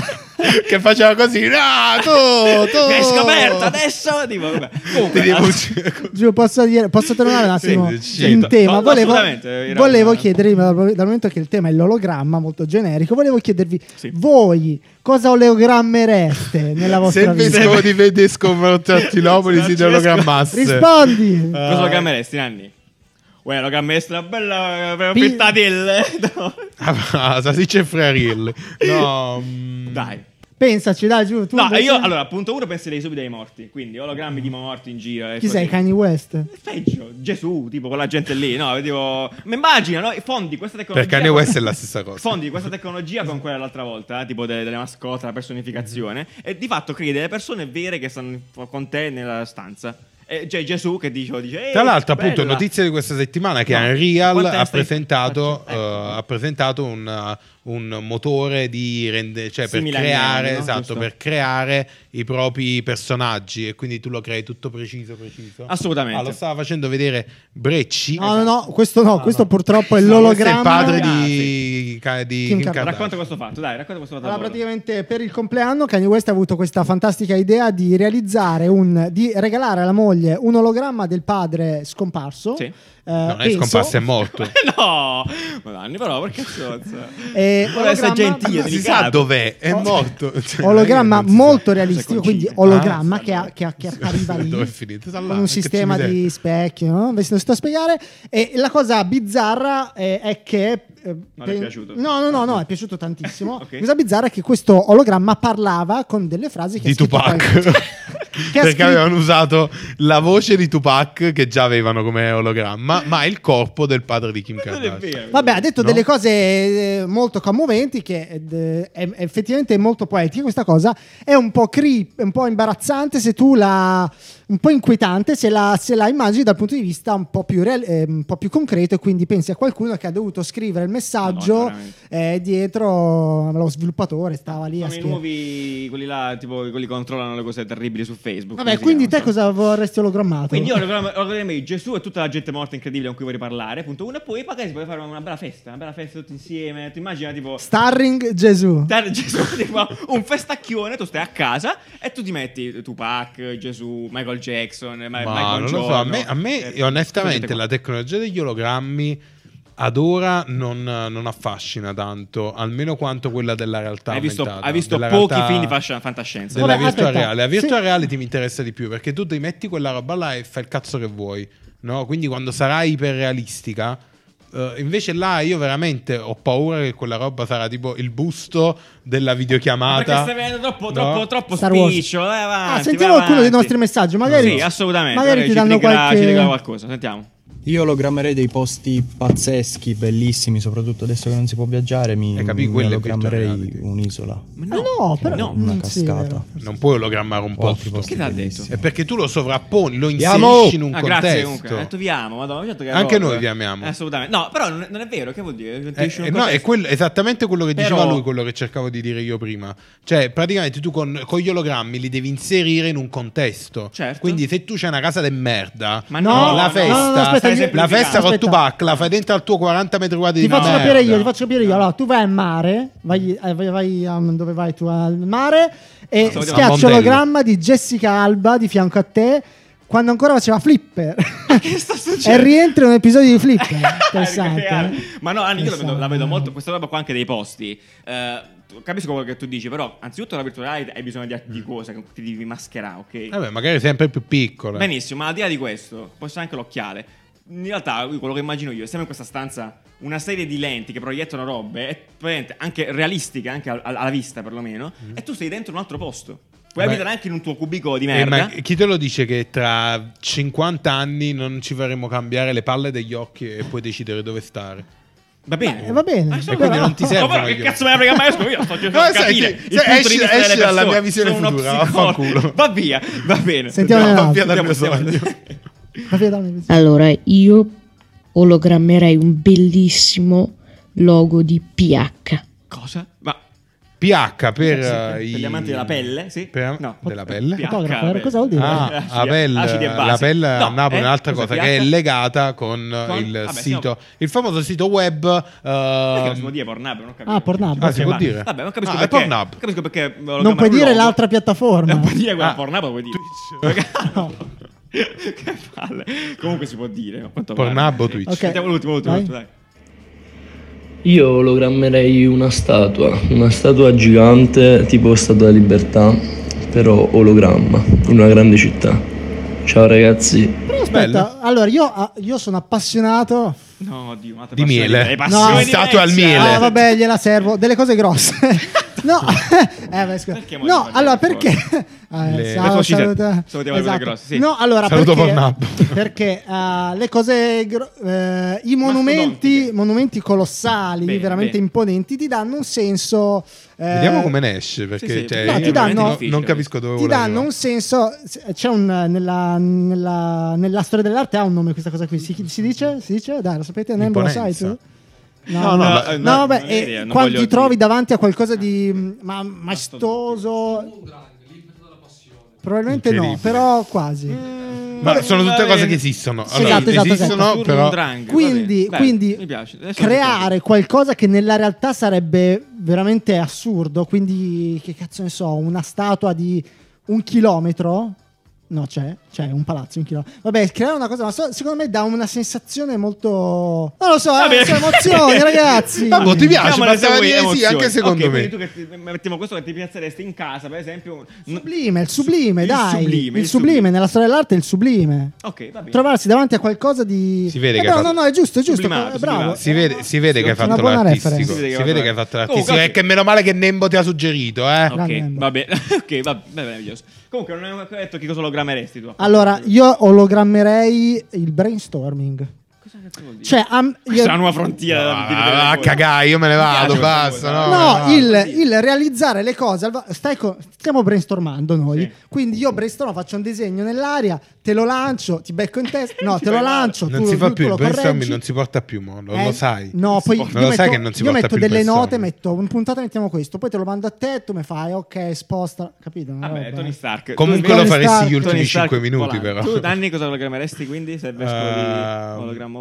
[SPEAKER 2] che faceva così. No, tu, tu.
[SPEAKER 1] Mi hai scoperto adesso? Tipo, vabbè. Comunque,
[SPEAKER 2] Oh! Ti devo
[SPEAKER 1] la-
[SPEAKER 2] uccidere.
[SPEAKER 3] Giù, posso, dire- posso tornare un attimo
[SPEAKER 2] Sì, sì,
[SPEAKER 3] in
[SPEAKER 2] certo.
[SPEAKER 3] tema?
[SPEAKER 1] No,
[SPEAKER 3] volevo
[SPEAKER 1] assolutamente, era-
[SPEAKER 3] volevo chiedervi, dal dal momento che il tema è l'ologramma, molto generico, volevo chiedervi
[SPEAKER 1] Sì.
[SPEAKER 3] voi cosa oleogrammereste nella
[SPEAKER 2] Se
[SPEAKER 3] vostra
[SPEAKER 2] il
[SPEAKER 3] vita?
[SPEAKER 2] vescovo di Vedesco Martinopoli
[SPEAKER 1] Se
[SPEAKER 2] si
[SPEAKER 1] non ci
[SPEAKER 2] ologrammasse
[SPEAKER 3] Rispondi!
[SPEAKER 2] Eh.
[SPEAKER 1] Cosa lo cammeresti, Nanni? Uè, lo cammeresti una bella eh,
[SPEAKER 3] Pi-
[SPEAKER 1] frittadelle. No.
[SPEAKER 2] Ah, Salsicce e friarielli. No, mm,
[SPEAKER 1] Dai.
[SPEAKER 3] Pensaci, dai, giù. Tu
[SPEAKER 1] No,
[SPEAKER 3] invece-
[SPEAKER 1] io allora, punto uno, penserei subito ai morti. Quindi ologrammi di morti in giro. e
[SPEAKER 3] Chi sei,
[SPEAKER 1] così.
[SPEAKER 3] Kanye West?
[SPEAKER 1] Peggio, Gesù, tipo quella gente lì, no? Tipo, ma immagina, no? Fondi questa tecnologia.
[SPEAKER 2] Per Kanye West è la stessa cosa.
[SPEAKER 1] Fondi questa tecnologia con quella dell'altra volta, eh, tipo delle, delle mascotte, la personificazione,
[SPEAKER 2] Mm-hmm.
[SPEAKER 1] e di fatto crei delle persone vere che stanno con te nella stanza. E c'è Gesù che dice, dice "Ehi,
[SPEAKER 2] Tra l'altro, appunto,
[SPEAKER 1] bella".
[SPEAKER 2] notizia di questa settimana che
[SPEAKER 1] No,
[SPEAKER 2] Unreal
[SPEAKER 1] quant'è
[SPEAKER 2] ha
[SPEAKER 1] stai-
[SPEAKER 2] presentato,
[SPEAKER 1] Ecco.
[SPEAKER 2] eh, ha presentato un, un motore di rende- cioè per
[SPEAKER 1] Simile agli
[SPEAKER 2] creare,
[SPEAKER 1] animi, no?
[SPEAKER 2] esatto,
[SPEAKER 1] Giusto.
[SPEAKER 2] per creare i propri personaggi e quindi tu lo crei tutto preciso, preciso.
[SPEAKER 1] Assolutamente.
[SPEAKER 2] Ah, lo stava facendo vedere Brecci.
[SPEAKER 3] No, no, no, questo no, questo
[SPEAKER 2] esatto. no.
[SPEAKER 3] purtroppo è
[SPEAKER 2] No, questo è
[SPEAKER 3] l'ologramma.
[SPEAKER 2] il padre
[SPEAKER 1] Ah,
[SPEAKER 2] di, ca- di Kim
[SPEAKER 3] Kim Kardashian.
[SPEAKER 2] Kardashian.
[SPEAKER 1] Racconta questo fatto, dai, racconta questo fatto.
[SPEAKER 3] Allora,
[SPEAKER 1] al volo.
[SPEAKER 3] praticamente per il compleanno Kanye West ha avuto questa fantastica idea di realizzare un di regalare alla moglie raccoglie un ologramma del padre scomparso.
[SPEAKER 1] Sì.
[SPEAKER 3] eh,
[SPEAKER 2] non è
[SPEAKER 3] penso,
[SPEAKER 2] scomparso, è morto.
[SPEAKER 1] no, Madonna, però perché cazzozza.
[SPEAKER 3] Eh,
[SPEAKER 1] Vorrei essere
[SPEAKER 3] ologramma-
[SPEAKER 1] gentile,
[SPEAKER 2] Non si sa dov'è, è morto. Cioè,
[SPEAKER 3] ologramma
[SPEAKER 2] non si sa.
[SPEAKER 3] molto realistico,
[SPEAKER 1] Cosa con
[SPEAKER 3] quindi
[SPEAKER 1] Cina?
[SPEAKER 3] ologramma
[SPEAKER 1] Ah,
[SPEAKER 3] che, ha- che ha- che appariva lì
[SPEAKER 2] Dove è finito? Sta là,
[SPEAKER 3] con un
[SPEAKER 2] che
[SPEAKER 3] sistema
[SPEAKER 2] cimitero.
[SPEAKER 3] di specchi, no? Ve lo sto a spiegare. E la cosa bizzarra eh, è che... eh,
[SPEAKER 1] Non
[SPEAKER 3] pe-
[SPEAKER 1] è piaciuto? Ah,
[SPEAKER 3] No, no, no, no, è piaciuto tantissimo.
[SPEAKER 1] Ok.
[SPEAKER 3] La cosa bizzarra è che questo ologramma parlava con delle frasi che... ha
[SPEAKER 2] di
[SPEAKER 3] scritto
[SPEAKER 2] Tupac.
[SPEAKER 3] poi- Che ha
[SPEAKER 2] Perché
[SPEAKER 3] scritto-
[SPEAKER 2] avevano usato la voce di Tupac che già avevano come ologramma, ma il corpo del padre di Kim
[SPEAKER 1] Ma non è vero.
[SPEAKER 2] Kardashian.
[SPEAKER 3] Vabbè, ha detto
[SPEAKER 2] No?
[SPEAKER 3] delle cose eh, molto commoventi che eh, è, è effettivamente molto poetica questa cosa. È un po' creep, è un po' imbarazzante se tu la... un po' inquietante se la, se la immagini dal punto di vista un po' più, real- eh, un po' più concreto e quindi pensi a qualcuno che ha dovuto scrivere il messaggio
[SPEAKER 1] Madonna, veramente.
[SPEAKER 3] eh, dietro lo sviluppatore, stava lì
[SPEAKER 1] Sono
[SPEAKER 3] a
[SPEAKER 1] i
[SPEAKER 3] scrivere.
[SPEAKER 1] nuovi, quelli là, tipo quelli che controllano le cose terribili su Facebook.
[SPEAKER 3] Vabbè,
[SPEAKER 1] come si
[SPEAKER 3] quindi te
[SPEAKER 1] chiamano?
[SPEAKER 3] cosa vorresti ologrammato?
[SPEAKER 1] Quindi io ricordami Gesù e tutta la gente morta incredibile con cui vorrei parlare, punto uno, e poi magari si può fare una bella festa, una bella festa tutti insieme, tu immagina tipo...
[SPEAKER 3] Starring Gesù.
[SPEAKER 1] dare Gesù tipo, un festacchione, tu stai a casa e tu ti metti Tupac, Gesù, Michael Jackson, Ma-
[SPEAKER 2] Ma
[SPEAKER 1] Michael
[SPEAKER 2] non lo
[SPEAKER 1] Jordan,
[SPEAKER 2] so, a me, a
[SPEAKER 1] eh,
[SPEAKER 2] me
[SPEAKER 1] gente
[SPEAKER 2] onestamente
[SPEAKER 1] qua.
[SPEAKER 2] la tecnologia degli ologrammi ad ora non, non affascina tanto, almeno quanto quella della realtà.
[SPEAKER 1] Hai visto,
[SPEAKER 2] aumentata,
[SPEAKER 1] hai visto
[SPEAKER 2] della
[SPEAKER 1] pochi
[SPEAKER 2] realtà-
[SPEAKER 1] film di fascia- fantascienza.
[SPEAKER 2] della
[SPEAKER 3] Vabbè,
[SPEAKER 2] virtual
[SPEAKER 3] aspetta.
[SPEAKER 2] reale. La virtual
[SPEAKER 3] Sì.
[SPEAKER 2] reality mi interessa di più perché tu ti metti quella roba là e fai il cazzo che vuoi, no? Quindi quando sarà iperrealistica. eh, invece là io veramente ho paura che quella roba sarà tipo il busto della
[SPEAKER 1] Perché
[SPEAKER 2] videochiamata.
[SPEAKER 1] stai vedendo troppo,
[SPEAKER 2] No?
[SPEAKER 1] troppo, troppo
[SPEAKER 3] Star Wars.
[SPEAKER 1] spiccio. Vai avanti,
[SPEAKER 3] Ah, sentiamo
[SPEAKER 1] vai
[SPEAKER 3] alcuni dei
[SPEAKER 1] avanti.
[SPEAKER 3] nostri messaggi, magari-
[SPEAKER 1] Sì, assolutamente.
[SPEAKER 3] magari
[SPEAKER 1] Magari
[SPEAKER 3] ti danno
[SPEAKER 1] ci dica-
[SPEAKER 3] qualche-
[SPEAKER 1] ci dica qualcosa, sentiamo.
[SPEAKER 8] Io ologrammerei dei posti pazzeschi, bellissimi, soprattutto adesso che non si può viaggiare, mi,
[SPEAKER 2] Eh, capì,
[SPEAKER 8] mi
[SPEAKER 2] quello è virtuale,
[SPEAKER 8] ologrammerei
[SPEAKER 2] capì.
[SPEAKER 8] un'isola.
[SPEAKER 3] Ah, no, però...
[SPEAKER 1] no,
[SPEAKER 8] una
[SPEAKER 3] mm, sì, è
[SPEAKER 8] cascata.
[SPEAKER 3] vero.
[SPEAKER 2] Non puoi programmare un
[SPEAKER 8] O altri
[SPEAKER 2] posto.
[SPEAKER 8] posti
[SPEAKER 1] Chi l'ha detto?
[SPEAKER 8] bellissimi.
[SPEAKER 2] È perché tu lo sovrapponi, lo
[SPEAKER 8] Vi amo!
[SPEAKER 2] inserisci in un
[SPEAKER 1] Ah, grazie
[SPEAKER 2] contesto.
[SPEAKER 1] comunque. Ha detto vi amo, madonna, certo che è
[SPEAKER 2] Anche
[SPEAKER 1] roba.
[SPEAKER 2] noi vi amiamo.
[SPEAKER 1] Eh, Assolutamente. No, però non, non è vero, che vuol dire?
[SPEAKER 2] Eh,
[SPEAKER 1] Inserisci
[SPEAKER 2] eh,
[SPEAKER 1] un
[SPEAKER 2] no, è
[SPEAKER 1] contesto.
[SPEAKER 2] quello- esattamente quello che
[SPEAKER 1] Però-
[SPEAKER 2] diceva lui, quello che cercavo di dire io prima. Cioè, praticamente tu con, con gli ologrammi li devi inserire in un contesto.
[SPEAKER 1] Certo.
[SPEAKER 2] Quindi se tu c'hai una casa de merda,
[SPEAKER 1] Ma no,
[SPEAKER 2] la
[SPEAKER 1] no,
[SPEAKER 2] festa,
[SPEAKER 1] no, no, aspetta,
[SPEAKER 2] stai
[SPEAKER 1] io-
[SPEAKER 2] la festa con
[SPEAKER 3] aspetta.
[SPEAKER 2] Tupac, la fai dentro al tuo 40 metri quadri
[SPEAKER 3] Ti
[SPEAKER 2] di una
[SPEAKER 3] faccio capire
[SPEAKER 2] merda.
[SPEAKER 3] io, ti faccio capire io. Allora, tu vai al mare, vai, eh, vai- vai, um, dove vai tu al mare e
[SPEAKER 1] Stavo dicendo-
[SPEAKER 3] schiaccio
[SPEAKER 2] Mondello.
[SPEAKER 3] l'ogramma di Jessica Alba di fianco a te quando ancora faceva flipper.
[SPEAKER 1] Che sta
[SPEAKER 3] e
[SPEAKER 1] succedendo?
[SPEAKER 3] rientra in un episodio di flipper.
[SPEAKER 1] È reale.
[SPEAKER 3] Interessante. eh.
[SPEAKER 1] Ma no, Anni, io la vedo, la vedo
[SPEAKER 3] Interessante.
[SPEAKER 1] molto. Questa roba qua anche dei posti. Eh, tu- capisco quello che tu dici, però, anzitutto la virtual reality hai bisogno di, di cose che ti devi mascherare, ok?
[SPEAKER 2] Vabbè, magari sempre più piccola.
[SPEAKER 1] Benissimo, ma al di là di questo, posso anche l'occhiale. In realtà, io quello che immagino io, siamo in questa stanza una serie di lenti che proiettano robe, e praticamente anche realistiche, anche al- alla vista perlomeno, e tu sei dentro un altro posto. Puoi
[SPEAKER 2] Mm. Beh.
[SPEAKER 1] abitare anche in un tuo cubico di
[SPEAKER 2] Eh, ma
[SPEAKER 1] merda.
[SPEAKER 2] chi te lo dice che tra 50 anni non ci faremo cambiare le palle degli occhi e puoi decidere dove stare?
[SPEAKER 1] Va bene,
[SPEAKER 3] Eh, va bene.
[SPEAKER 1] Ma
[SPEAKER 2] E quindi non ti servono
[SPEAKER 1] Ma però che
[SPEAKER 2] gli
[SPEAKER 1] cazzo me ne frega mai? Scusa, Io sto cercando
[SPEAKER 2] No,
[SPEAKER 1] di capire
[SPEAKER 2] senti,
[SPEAKER 1] il
[SPEAKER 2] se
[SPEAKER 1] punto
[SPEAKER 2] esci-
[SPEAKER 1] di vista delle
[SPEAKER 2] esci dalla
[SPEAKER 1] persone.
[SPEAKER 2] mia visione
[SPEAKER 1] Sono uno
[SPEAKER 2] futura,
[SPEAKER 1] psicologo.
[SPEAKER 2] vaffanculo.
[SPEAKER 1] Va via, va bene.
[SPEAKER 3] Sentiamo
[SPEAKER 2] No, va
[SPEAKER 3] nell'altro.
[SPEAKER 2] via dal mio
[SPEAKER 1] Andiamo,
[SPEAKER 2] sogno.
[SPEAKER 1] andiamo.
[SPEAKER 3] Va via, dammi.
[SPEAKER 9] Allora, io ologrammerei un bellissimo logo di PH.
[SPEAKER 1] Cosa? Ma
[SPEAKER 2] PH
[SPEAKER 1] Sì,
[SPEAKER 2] per,
[SPEAKER 1] per-
[SPEAKER 2] eh,
[SPEAKER 1] per
[SPEAKER 2] i-
[SPEAKER 1] gli amanti della pelle, sì.
[SPEAKER 2] per-
[SPEAKER 1] No.
[SPEAKER 2] della pelle?
[SPEAKER 1] PH,
[SPEAKER 3] Fotografo,
[SPEAKER 1] vabbè.
[SPEAKER 3] cosa vuol dire?
[SPEAKER 2] Ah, la
[SPEAKER 1] Acidi- acidi e
[SPEAKER 2] pelle,
[SPEAKER 1] basi.
[SPEAKER 2] la pelle a
[SPEAKER 1] No,
[SPEAKER 2] Napoli è
[SPEAKER 1] eh,
[SPEAKER 2] un'altra
[SPEAKER 1] cosa
[SPEAKER 2] cosa
[SPEAKER 1] PH?
[SPEAKER 2] che è legata con,
[SPEAKER 1] Con-
[SPEAKER 2] il
[SPEAKER 1] vabbè,
[SPEAKER 2] sito,
[SPEAKER 1] stiamo-
[SPEAKER 2] il famoso sito web.
[SPEAKER 1] Perché non
[SPEAKER 2] ehm,
[SPEAKER 1] si può dire Pornhub, non capisco.
[SPEAKER 3] Ah, Pornhub.
[SPEAKER 2] Ah, si può
[SPEAKER 1] Va-
[SPEAKER 2] dire.
[SPEAKER 1] Vabbè, non capisco
[SPEAKER 2] Ah, è
[SPEAKER 1] perché.
[SPEAKER 2] Pornhub.
[SPEAKER 1] non Capisco perché lo
[SPEAKER 3] Non
[SPEAKER 1] chiamano
[SPEAKER 3] puoi dire
[SPEAKER 1] logo.
[SPEAKER 3] l'altra piattaforma.
[SPEAKER 1] Non puoi dire quella
[SPEAKER 2] Ah.
[SPEAKER 1] Pornhub, lo puoi dire.
[SPEAKER 3] No.
[SPEAKER 1] che palle. Comunque si può dire, a quanto pare.
[SPEAKER 2] Pornhub o Twitch?
[SPEAKER 3] Ok.
[SPEAKER 1] Sentiamo l'ultimo, l'ultimo,
[SPEAKER 3] Vai.
[SPEAKER 1] l'ultimo, dai.
[SPEAKER 10] Io ologrammerei una statua, una statua gigante tipo Statua della Libertà, però ologramma, in una grande città. Ciao ragazzi,
[SPEAKER 3] Però aspetta, allora io, ah, io sono appassionato.
[SPEAKER 1] No, Dio, un'altra
[SPEAKER 2] Di
[SPEAKER 1] passione.
[SPEAKER 2] miele.
[SPEAKER 1] Le passioni
[SPEAKER 3] No.
[SPEAKER 1] diverse.
[SPEAKER 2] Statua al miele.
[SPEAKER 3] Ah, vabbè, gliela servo. Delle cose grosse. No, eh, beh, scusa.
[SPEAKER 1] Perché mo
[SPEAKER 3] no
[SPEAKER 1] devi
[SPEAKER 3] allora
[SPEAKER 1] fare
[SPEAKER 3] perché? Eh,
[SPEAKER 2] Le-
[SPEAKER 3] ciao,
[SPEAKER 1] le società.
[SPEAKER 3] saluta-
[SPEAKER 1] Salutiamo le cose grosse, sì.
[SPEAKER 3] No, allora
[SPEAKER 2] Saluto
[SPEAKER 3] perché,
[SPEAKER 2] Pornhub.
[SPEAKER 3] perché eh, le cose, gro- eh, i monumenti,
[SPEAKER 1] Mastodontiche.
[SPEAKER 3] monumenti colossali,
[SPEAKER 1] Bene,
[SPEAKER 3] veramente
[SPEAKER 1] bene.
[SPEAKER 3] imponenti, ti danno un senso. eh,
[SPEAKER 2] Vediamo come ne esce perché
[SPEAKER 1] Sì, sì,
[SPEAKER 2] cioè,
[SPEAKER 3] no, ti
[SPEAKER 2] io
[SPEAKER 3] danno-
[SPEAKER 2] non- non capisco dove
[SPEAKER 3] Ti
[SPEAKER 2] vuole
[SPEAKER 3] danno
[SPEAKER 2] arrivare.
[SPEAKER 3] un senso. C'è un. Nella, nella- nella storia dell'arte ha un nome questa cosa qui. Si, si dice? Si dice? Dai, lo sapete? Nembo, lo sai
[SPEAKER 2] Imponenza.
[SPEAKER 3] tu?
[SPEAKER 2] No, no, la-
[SPEAKER 1] eh,
[SPEAKER 3] No, vabbè,
[SPEAKER 1] non ho
[SPEAKER 3] e
[SPEAKER 1] idea, non
[SPEAKER 3] quando
[SPEAKER 1] voglio dire.
[SPEAKER 3] ti trovi davanti a qualcosa di mh, ma- maestoso, probabilmente no,
[SPEAKER 2] Incredibile.
[SPEAKER 3] però quasi.
[SPEAKER 2] Ma sono tutte
[SPEAKER 1] Va
[SPEAKER 2] cose
[SPEAKER 1] bene.
[SPEAKER 2] che esistono.
[SPEAKER 3] Sì,
[SPEAKER 2] Allora,
[SPEAKER 3] esatto, esatto,
[SPEAKER 2] esistono,
[SPEAKER 3] esatto.
[SPEAKER 2] però.
[SPEAKER 1] Durmstrang, va
[SPEAKER 3] Quindi,
[SPEAKER 1] bene. Dai,
[SPEAKER 3] quindi
[SPEAKER 1] mi piace. Adesso
[SPEAKER 3] creare qualcosa che nella realtà sarebbe veramente assurdo. Quindi, che cazzo ne so, una statua di un chilometro. No, c'è, c'è un palazzo, un chilo. Vabbè, creare una cosa, ma so- secondo me dà una sensazione molto. Non lo so,
[SPEAKER 1] Va
[SPEAKER 3] eh,
[SPEAKER 1] bene.
[SPEAKER 3] sono emozioni, ragazzi.
[SPEAKER 2] Ma boh, ti piace?
[SPEAKER 1] Chiamala se
[SPEAKER 2] Bastava
[SPEAKER 1] vuoi,
[SPEAKER 2] dire sì,
[SPEAKER 1] emozioni.
[SPEAKER 2] anche secondo
[SPEAKER 1] Ok,
[SPEAKER 2] me.
[SPEAKER 1] quindi tu che ti- mettiamo questo che ti piazzeresti in casa, per esempio. n-
[SPEAKER 3] Sublime, il sublime,
[SPEAKER 1] Il sublime,
[SPEAKER 3] dai. il
[SPEAKER 1] il
[SPEAKER 3] sublime,
[SPEAKER 1] sublime.
[SPEAKER 3] nella storia dell'arte è il sublime.
[SPEAKER 1] Ok, va bene.
[SPEAKER 3] Trovarsi davanti a qualcosa di.
[SPEAKER 2] Si vede
[SPEAKER 3] Eh,
[SPEAKER 2] che
[SPEAKER 3] no,
[SPEAKER 2] ha
[SPEAKER 3] no,
[SPEAKER 2] fatto-
[SPEAKER 3] no, è giusto, è giusto.
[SPEAKER 1] Sublimato,
[SPEAKER 3] eh, bravo.
[SPEAKER 1] sublimato.
[SPEAKER 2] Si vede, si vede che hai
[SPEAKER 3] Una
[SPEAKER 2] fatto
[SPEAKER 3] buona
[SPEAKER 2] l'artistico.
[SPEAKER 3] reference.
[SPEAKER 2] Si vede che hai
[SPEAKER 1] Oh,
[SPEAKER 2] fatto l'artistico.
[SPEAKER 1] Comunque,
[SPEAKER 2] E che meno male che Nembo ti ha suggerito, eh.
[SPEAKER 1] Ok,
[SPEAKER 3] Grande.
[SPEAKER 1] va bene. ok, va va bene, meraviglioso. Comunque, non avevo detto che cosa lo grammeresti tu. appunto.
[SPEAKER 3] Allora, io ologrammerei il brainstorming.
[SPEAKER 1] Cosa cazzo vuol dire?
[SPEAKER 3] Cioè, am-
[SPEAKER 1] Questa è
[SPEAKER 3] io-
[SPEAKER 1] una nuova frontiera. da- di vedere
[SPEAKER 2] Ah, a
[SPEAKER 1] fuori.
[SPEAKER 2] cagare, io me ne vado,
[SPEAKER 1] Mi piace
[SPEAKER 2] basta.
[SPEAKER 1] questa
[SPEAKER 2] No,
[SPEAKER 3] No,
[SPEAKER 2] no.
[SPEAKER 3] il, il realizzare le cose. al va- Stai co- stiamo brainstormando noi.
[SPEAKER 1] Sì.
[SPEAKER 3] Quindi io brainstormo, faccio un disegno nell'aria, te lo lancio, ti becco in testa. No,
[SPEAKER 1] Ci
[SPEAKER 3] te lo
[SPEAKER 1] fai male.
[SPEAKER 3] lancio.
[SPEAKER 2] Non
[SPEAKER 3] tu,
[SPEAKER 2] si fa
[SPEAKER 3] tu
[SPEAKER 2] più il
[SPEAKER 3] lo
[SPEAKER 2] brainstorming,
[SPEAKER 3] correggi.
[SPEAKER 2] non si porta più, mo, lo,
[SPEAKER 3] Eh,
[SPEAKER 2] lo sai.
[SPEAKER 3] No, poi
[SPEAKER 2] Non
[SPEAKER 3] io
[SPEAKER 2] lo
[SPEAKER 3] metto,
[SPEAKER 2] sai che non si
[SPEAKER 3] io
[SPEAKER 2] porta
[SPEAKER 3] metto
[SPEAKER 2] più il
[SPEAKER 3] delle note,
[SPEAKER 2] brainstorming.
[SPEAKER 3] metto un puntata, mettiamo questo, poi te lo mando a te, tu mi fai, ok, sposta, capito? Una
[SPEAKER 1] Vabbè,
[SPEAKER 3] roba. eh.
[SPEAKER 1] Tony Stark.
[SPEAKER 2] Comunque
[SPEAKER 1] Tony
[SPEAKER 2] lo
[SPEAKER 3] Tony
[SPEAKER 2] faresti
[SPEAKER 3] Stark-
[SPEAKER 2] gli ultimi
[SPEAKER 1] Tony Stark
[SPEAKER 2] 5 minuti,
[SPEAKER 1] volante.
[SPEAKER 2] però.
[SPEAKER 1] Tu, Danny, cosa lo grammeresti quindi? Se vescovo
[SPEAKER 2] Eh,
[SPEAKER 1] di Ologramopoli?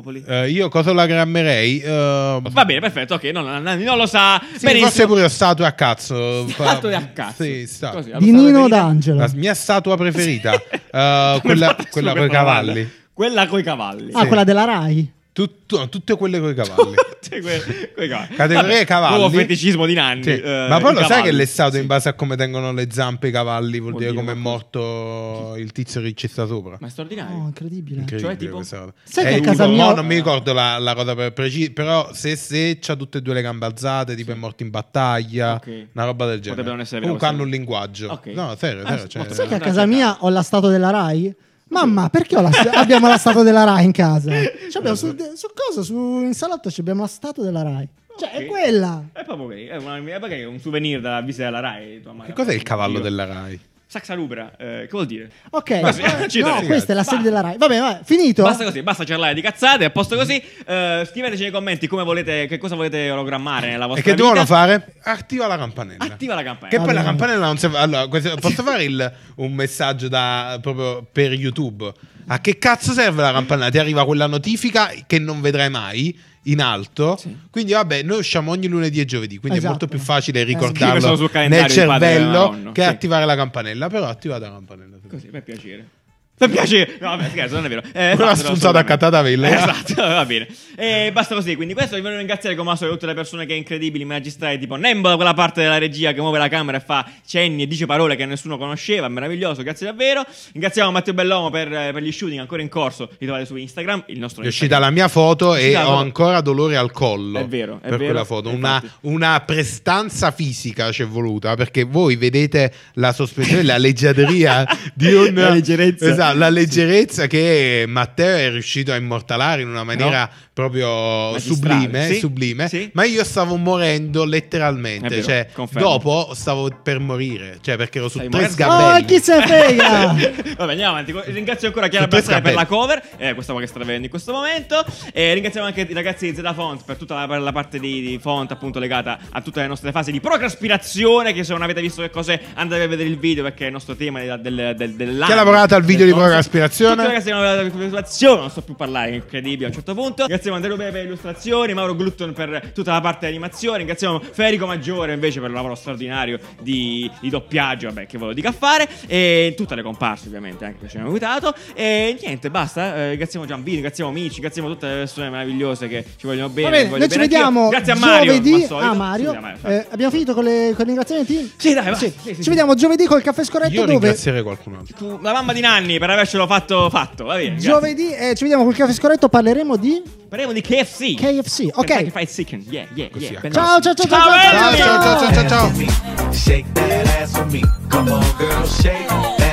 [SPEAKER 2] io cosa la grammerei? Eh,
[SPEAKER 1] Va bene, perfetto, ok, no, no, no, non lo sa.
[SPEAKER 2] Sì,
[SPEAKER 1] Benissimo.
[SPEAKER 2] forse pure statue a cazzo.
[SPEAKER 1] Statue a cazzo.
[SPEAKER 2] Sì, statue.
[SPEAKER 1] Così,
[SPEAKER 3] Di
[SPEAKER 1] alla
[SPEAKER 3] Nino
[SPEAKER 1] statua
[SPEAKER 3] D'Angelo.
[SPEAKER 2] La mia statua preferita, eh,
[SPEAKER 1] Come
[SPEAKER 2] quella,
[SPEAKER 1] fa nessuno che
[SPEAKER 2] quella con i
[SPEAKER 1] parla?
[SPEAKER 2] cavalli.
[SPEAKER 1] Quella coi cavalli.
[SPEAKER 3] Ah, quella della Rai.
[SPEAKER 2] Tutto- no, tutte quelle con i cavalli.
[SPEAKER 1] Tutte Cioè, que- coi cavalli.
[SPEAKER 2] Categoria
[SPEAKER 1] Vabbè,
[SPEAKER 2] cavalli.
[SPEAKER 1] Nuovo feticismo di Nanni.
[SPEAKER 2] Sì.
[SPEAKER 1] eh,
[SPEAKER 2] Ma poi
[SPEAKER 1] i
[SPEAKER 2] lo sai
[SPEAKER 1] cavalli.
[SPEAKER 2] che le statue
[SPEAKER 1] Sì.
[SPEAKER 2] in base a come tengono le zampe i cavalli vuol
[SPEAKER 1] Vuol
[SPEAKER 2] dire
[SPEAKER 1] dire
[SPEAKER 2] come è
[SPEAKER 1] qualcosa.
[SPEAKER 2] morto il tizio che ci sta sopra.
[SPEAKER 1] Ma è straordinario.
[SPEAKER 3] Oh, incredibile.
[SPEAKER 2] Incredibile
[SPEAKER 1] Cioè, tipo-
[SPEAKER 2] questa cosa.
[SPEAKER 3] Sai che a
[SPEAKER 2] io
[SPEAKER 3] casa
[SPEAKER 2] no,
[SPEAKER 3] mia-
[SPEAKER 2] non mi ricordo la, la cosa per precisa, però se, se c'ha tutte e due le gambe alzate, tipo è morto in battaglia,
[SPEAKER 1] Ok.
[SPEAKER 2] una roba del genere.
[SPEAKER 1] Potrebbero non essere
[SPEAKER 2] Comunque hanno
[SPEAKER 1] vere
[SPEAKER 2] un
[SPEAKER 1] queste-
[SPEAKER 2] linguaggio.
[SPEAKER 1] Ok.
[SPEAKER 2] No, serio,
[SPEAKER 1] Ah,
[SPEAKER 2] serio,
[SPEAKER 1] sì, ma
[SPEAKER 2] cioè-
[SPEAKER 3] Sai che a
[SPEAKER 1] Andate
[SPEAKER 3] casa
[SPEAKER 1] a
[SPEAKER 3] mia ho la statua della Rai? Mamma, perché ho la sta- abbiamo la statua della Rai in casa? Cioè, abbiamo su, su cosa? Su in salotto ci abbiamo la statua della Rai. Cioè,
[SPEAKER 1] Ok.
[SPEAKER 3] è quella.
[SPEAKER 1] È proprio quelli, è una- è magari un souvenir della visita della Rai. tua madre.
[SPEAKER 2] Che cos'è il cavallo
[SPEAKER 1] Dio.
[SPEAKER 2] della Rai?
[SPEAKER 1] Saxa Rubra, eh, che vuol dire?
[SPEAKER 3] Ok,
[SPEAKER 1] Basta,
[SPEAKER 3] eh,
[SPEAKER 1] ci
[SPEAKER 3] no,
[SPEAKER 1] dai.
[SPEAKER 3] questa è la sede
[SPEAKER 1] Basta.
[SPEAKER 3] della Rai. Vabbè, vabbè, finito.
[SPEAKER 1] Basta così, basta parlare di cazzate, a posto così. Eh, scriveteci nei commenti come volete, che cosa volete ologrammare nella
[SPEAKER 2] E
[SPEAKER 1] vostra
[SPEAKER 2] che
[SPEAKER 1] vita.
[SPEAKER 2] devono fare? Attiva la campanella.
[SPEAKER 1] Attiva la campanella.
[SPEAKER 2] Che poi la
[SPEAKER 3] Vabbè.
[SPEAKER 2] campanella non serve. Allora, questo- posso fare il- un messaggio da, proprio per YouTube? A che cazzo serve la campanella? Ti arriva quella notifica che non vedrai mai in alto. Quindi, vabbè, noi usciamo ogni lunedì e giovedì. Quindi
[SPEAKER 3] Esatto.
[SPEAKER 2] è molto più facile
[SPEAKER 1] Scrive solo
[SPEAKER 2] ricordarlo
[SPEAKER 1] sul calendario
[SPEAKER 2] nel
[SPEAKER 1] il padre e la nonna,
[SPEAKER 2] cervello che
[SPEAKER 1] sì.
[SPEAKER 2] attivare la campanella. Però attiva la campanella.
[SPEAKER 1] Così, per piacere. Per piacere. No, vabbè, scherzo, non è vero. Eh, fatelo
[SPEAKER 2] Una spunzata a
[SPEAKER 1] assolutamente.
[SPEAKER 2] Catatavilla.
[SPEAKER 1] Eh, esatto, va bene. E basta così, quindi questo vi voglio ringraziare come al solito tutte le persone che è incredibili, magistrali, tipo Nembo da quella parte della regia che muove la camera e fa cenni e dice parole che nessuno conosceva, meraviglioso, grazie davvero. Ringraziamo Matteo Bellomo per, eh, per gli shooting ancora in corso, li trovate su Instagram, il nostro
[SPEAKER 2] È
[SPEAKER 1] Instagram.
[SPEAKER 2] uscita la mia foto
[SPEAKER 1] È
[SPEAKER 2] e
[SPEAKER 1] uscita la
[SPEAKER 2] ho
[SPEAKER 1] foto.
[SPEAKER 2] ancora dolore al collo.
[SPEAKER 1] È vero, è
[SPEAKER 2] per
[SPEAKER 1] vero,
[SPEAKER 2] quella foto. Una,
[SPEAKER 1] infatti.
[SPEAKER 2] una prestanza fisica ci è voluta perché voi vedete la sospensione, la leggiadria di un.
[SPEAKER 1] La leggerezza.
[SPEAKER 2] Esatto, la leggerezza che Matteo è riuscito a immortalare in una maniera proprio
[SPEAKER 1] Magistrale.
[SPEAKER 2] sublime.
[SPEAKER 1] Sì,
[SPEAKER 2] sublime.
[SPEAKER 1] sì.
[SPEAKER 2] Ma io stavo morendo letteralmente.
[SPEAKER 1] È vero,
[SPEAKER 2] cioè,
[SPEAKER 1] confermo.
[SPEAKER 2] dopo stavo per morire, cioè perché ero su
[SPEAKER 1] Stai
[SPEAKER 2] tre
[SPEAKER 1] morendo.
[SPEAKER 2] sgabelli.
[SPEAKER 3] Oh, chi se ne frega?
[SPEAKER 1] Vabbè, andiamo avanti. Ringrazio ancora Chiara
[SPEAKER 2] Tutto è
[SPEAKER 1] Brazzale per la
[SPEAKER 2] scappato.
[SPEAKER 1] cover, eh, questa qua che sta vedendo in questo momento. E ringraziamo anche i ragazzi di Zeta Font per tutta la, per la parte di, di font, appunto, legata a tutte le nostre fasi di procraspirazione. Che se non avete visto che cose, andate a vedere il video perché è il nostro tema del, del, del- dell'anno.
[SPEAKER 2] Chi ha lavorato al video
[SPEAKER 1] Del
[SPEAKER 2] di
[SPEAKER 1] nostro-
[SPEAKER 2] procraspirazione?
[SPEAKER 1] Tutti i ragazzi che hanno lavorato alla procraspirazione, non so più parlare, è incredibile a un certo punto. Ringraziamo Andrea Bebe per le illustrazioni, Mauro Glutton per tutta la parte di animazione. Ringraziamo Federico Maggiore invece per il lavoro straordinario di, di doppiaggio, vabbè, che ve lo dica a fare. E tutte le comparse, ovviamente, anche che ci hanno aiutato. E niente, basta. Eh, ringraziamo Giambini, ringraziamo Amici, ringraziamo tutte le persone meravigliose che ci vogliono bene.
[SPEAKER 3] Va bene,
[SPEAKER 1] voglio
[SPEAKER 3] noi ci
[SPEAKER 1] bene anch'io.
[SPEAKER 3] vediamo
[SPEAKER 1] Grazie a Mario. come
[SPEAKER 3] giovedì.
[SPEAKER 1] al solito.
[SPEAKER 3] Ah, Mario.
[SPEAKER 1] Sì, a Mario,
[SPEAKER 3] Eh, abbiamo finito con le con i ringraziamenti?
[SPEAKER 1] Sì, dai, va.
[SPEAKER 3] Sì.
[SPEAKER 1] Sì, sì, sì.
[SPEAKER 3] Ci vediamo giovedì col caffè scorretto.
[SPEAKER 2] Io
[SPEAKER 3] dove
[SPEAKER 2] ringrazierei qualcun altro.
[SPEAKER 1] Tu- La mamma di Nanni per avercelo fatto, fatto. Va bene. grazie.
[SPEAKER 3] giovedì eh, ci vediamo col caffè scorretto. Parleremo di
[SPEAKER 1] Parliamo di KFC.
[SPEAKER 3] KFC.
[SPEAKER 1] Kentucky
[SPEAKER 3] Ok.
[SPEAKER 1] Fried Chicken. Yeah, yeah,
[SPEAKER 2] Così
[SPEAKER 1] yeah.
[SPEAKER 2] a
[SPEAKER 1] Ben-
[SPEAKER 3] Ciao, ciao, ciao,
[SPEAKER 1] Ciao,
[SPEAKER 3] ciao,
[SPEAKER 1] belli!
[SPEAKER 2] Ciao, ciao, ciao, ciao, ciao.
[SPEAKER 4] Shake that ass for me. Come on, girl, shake that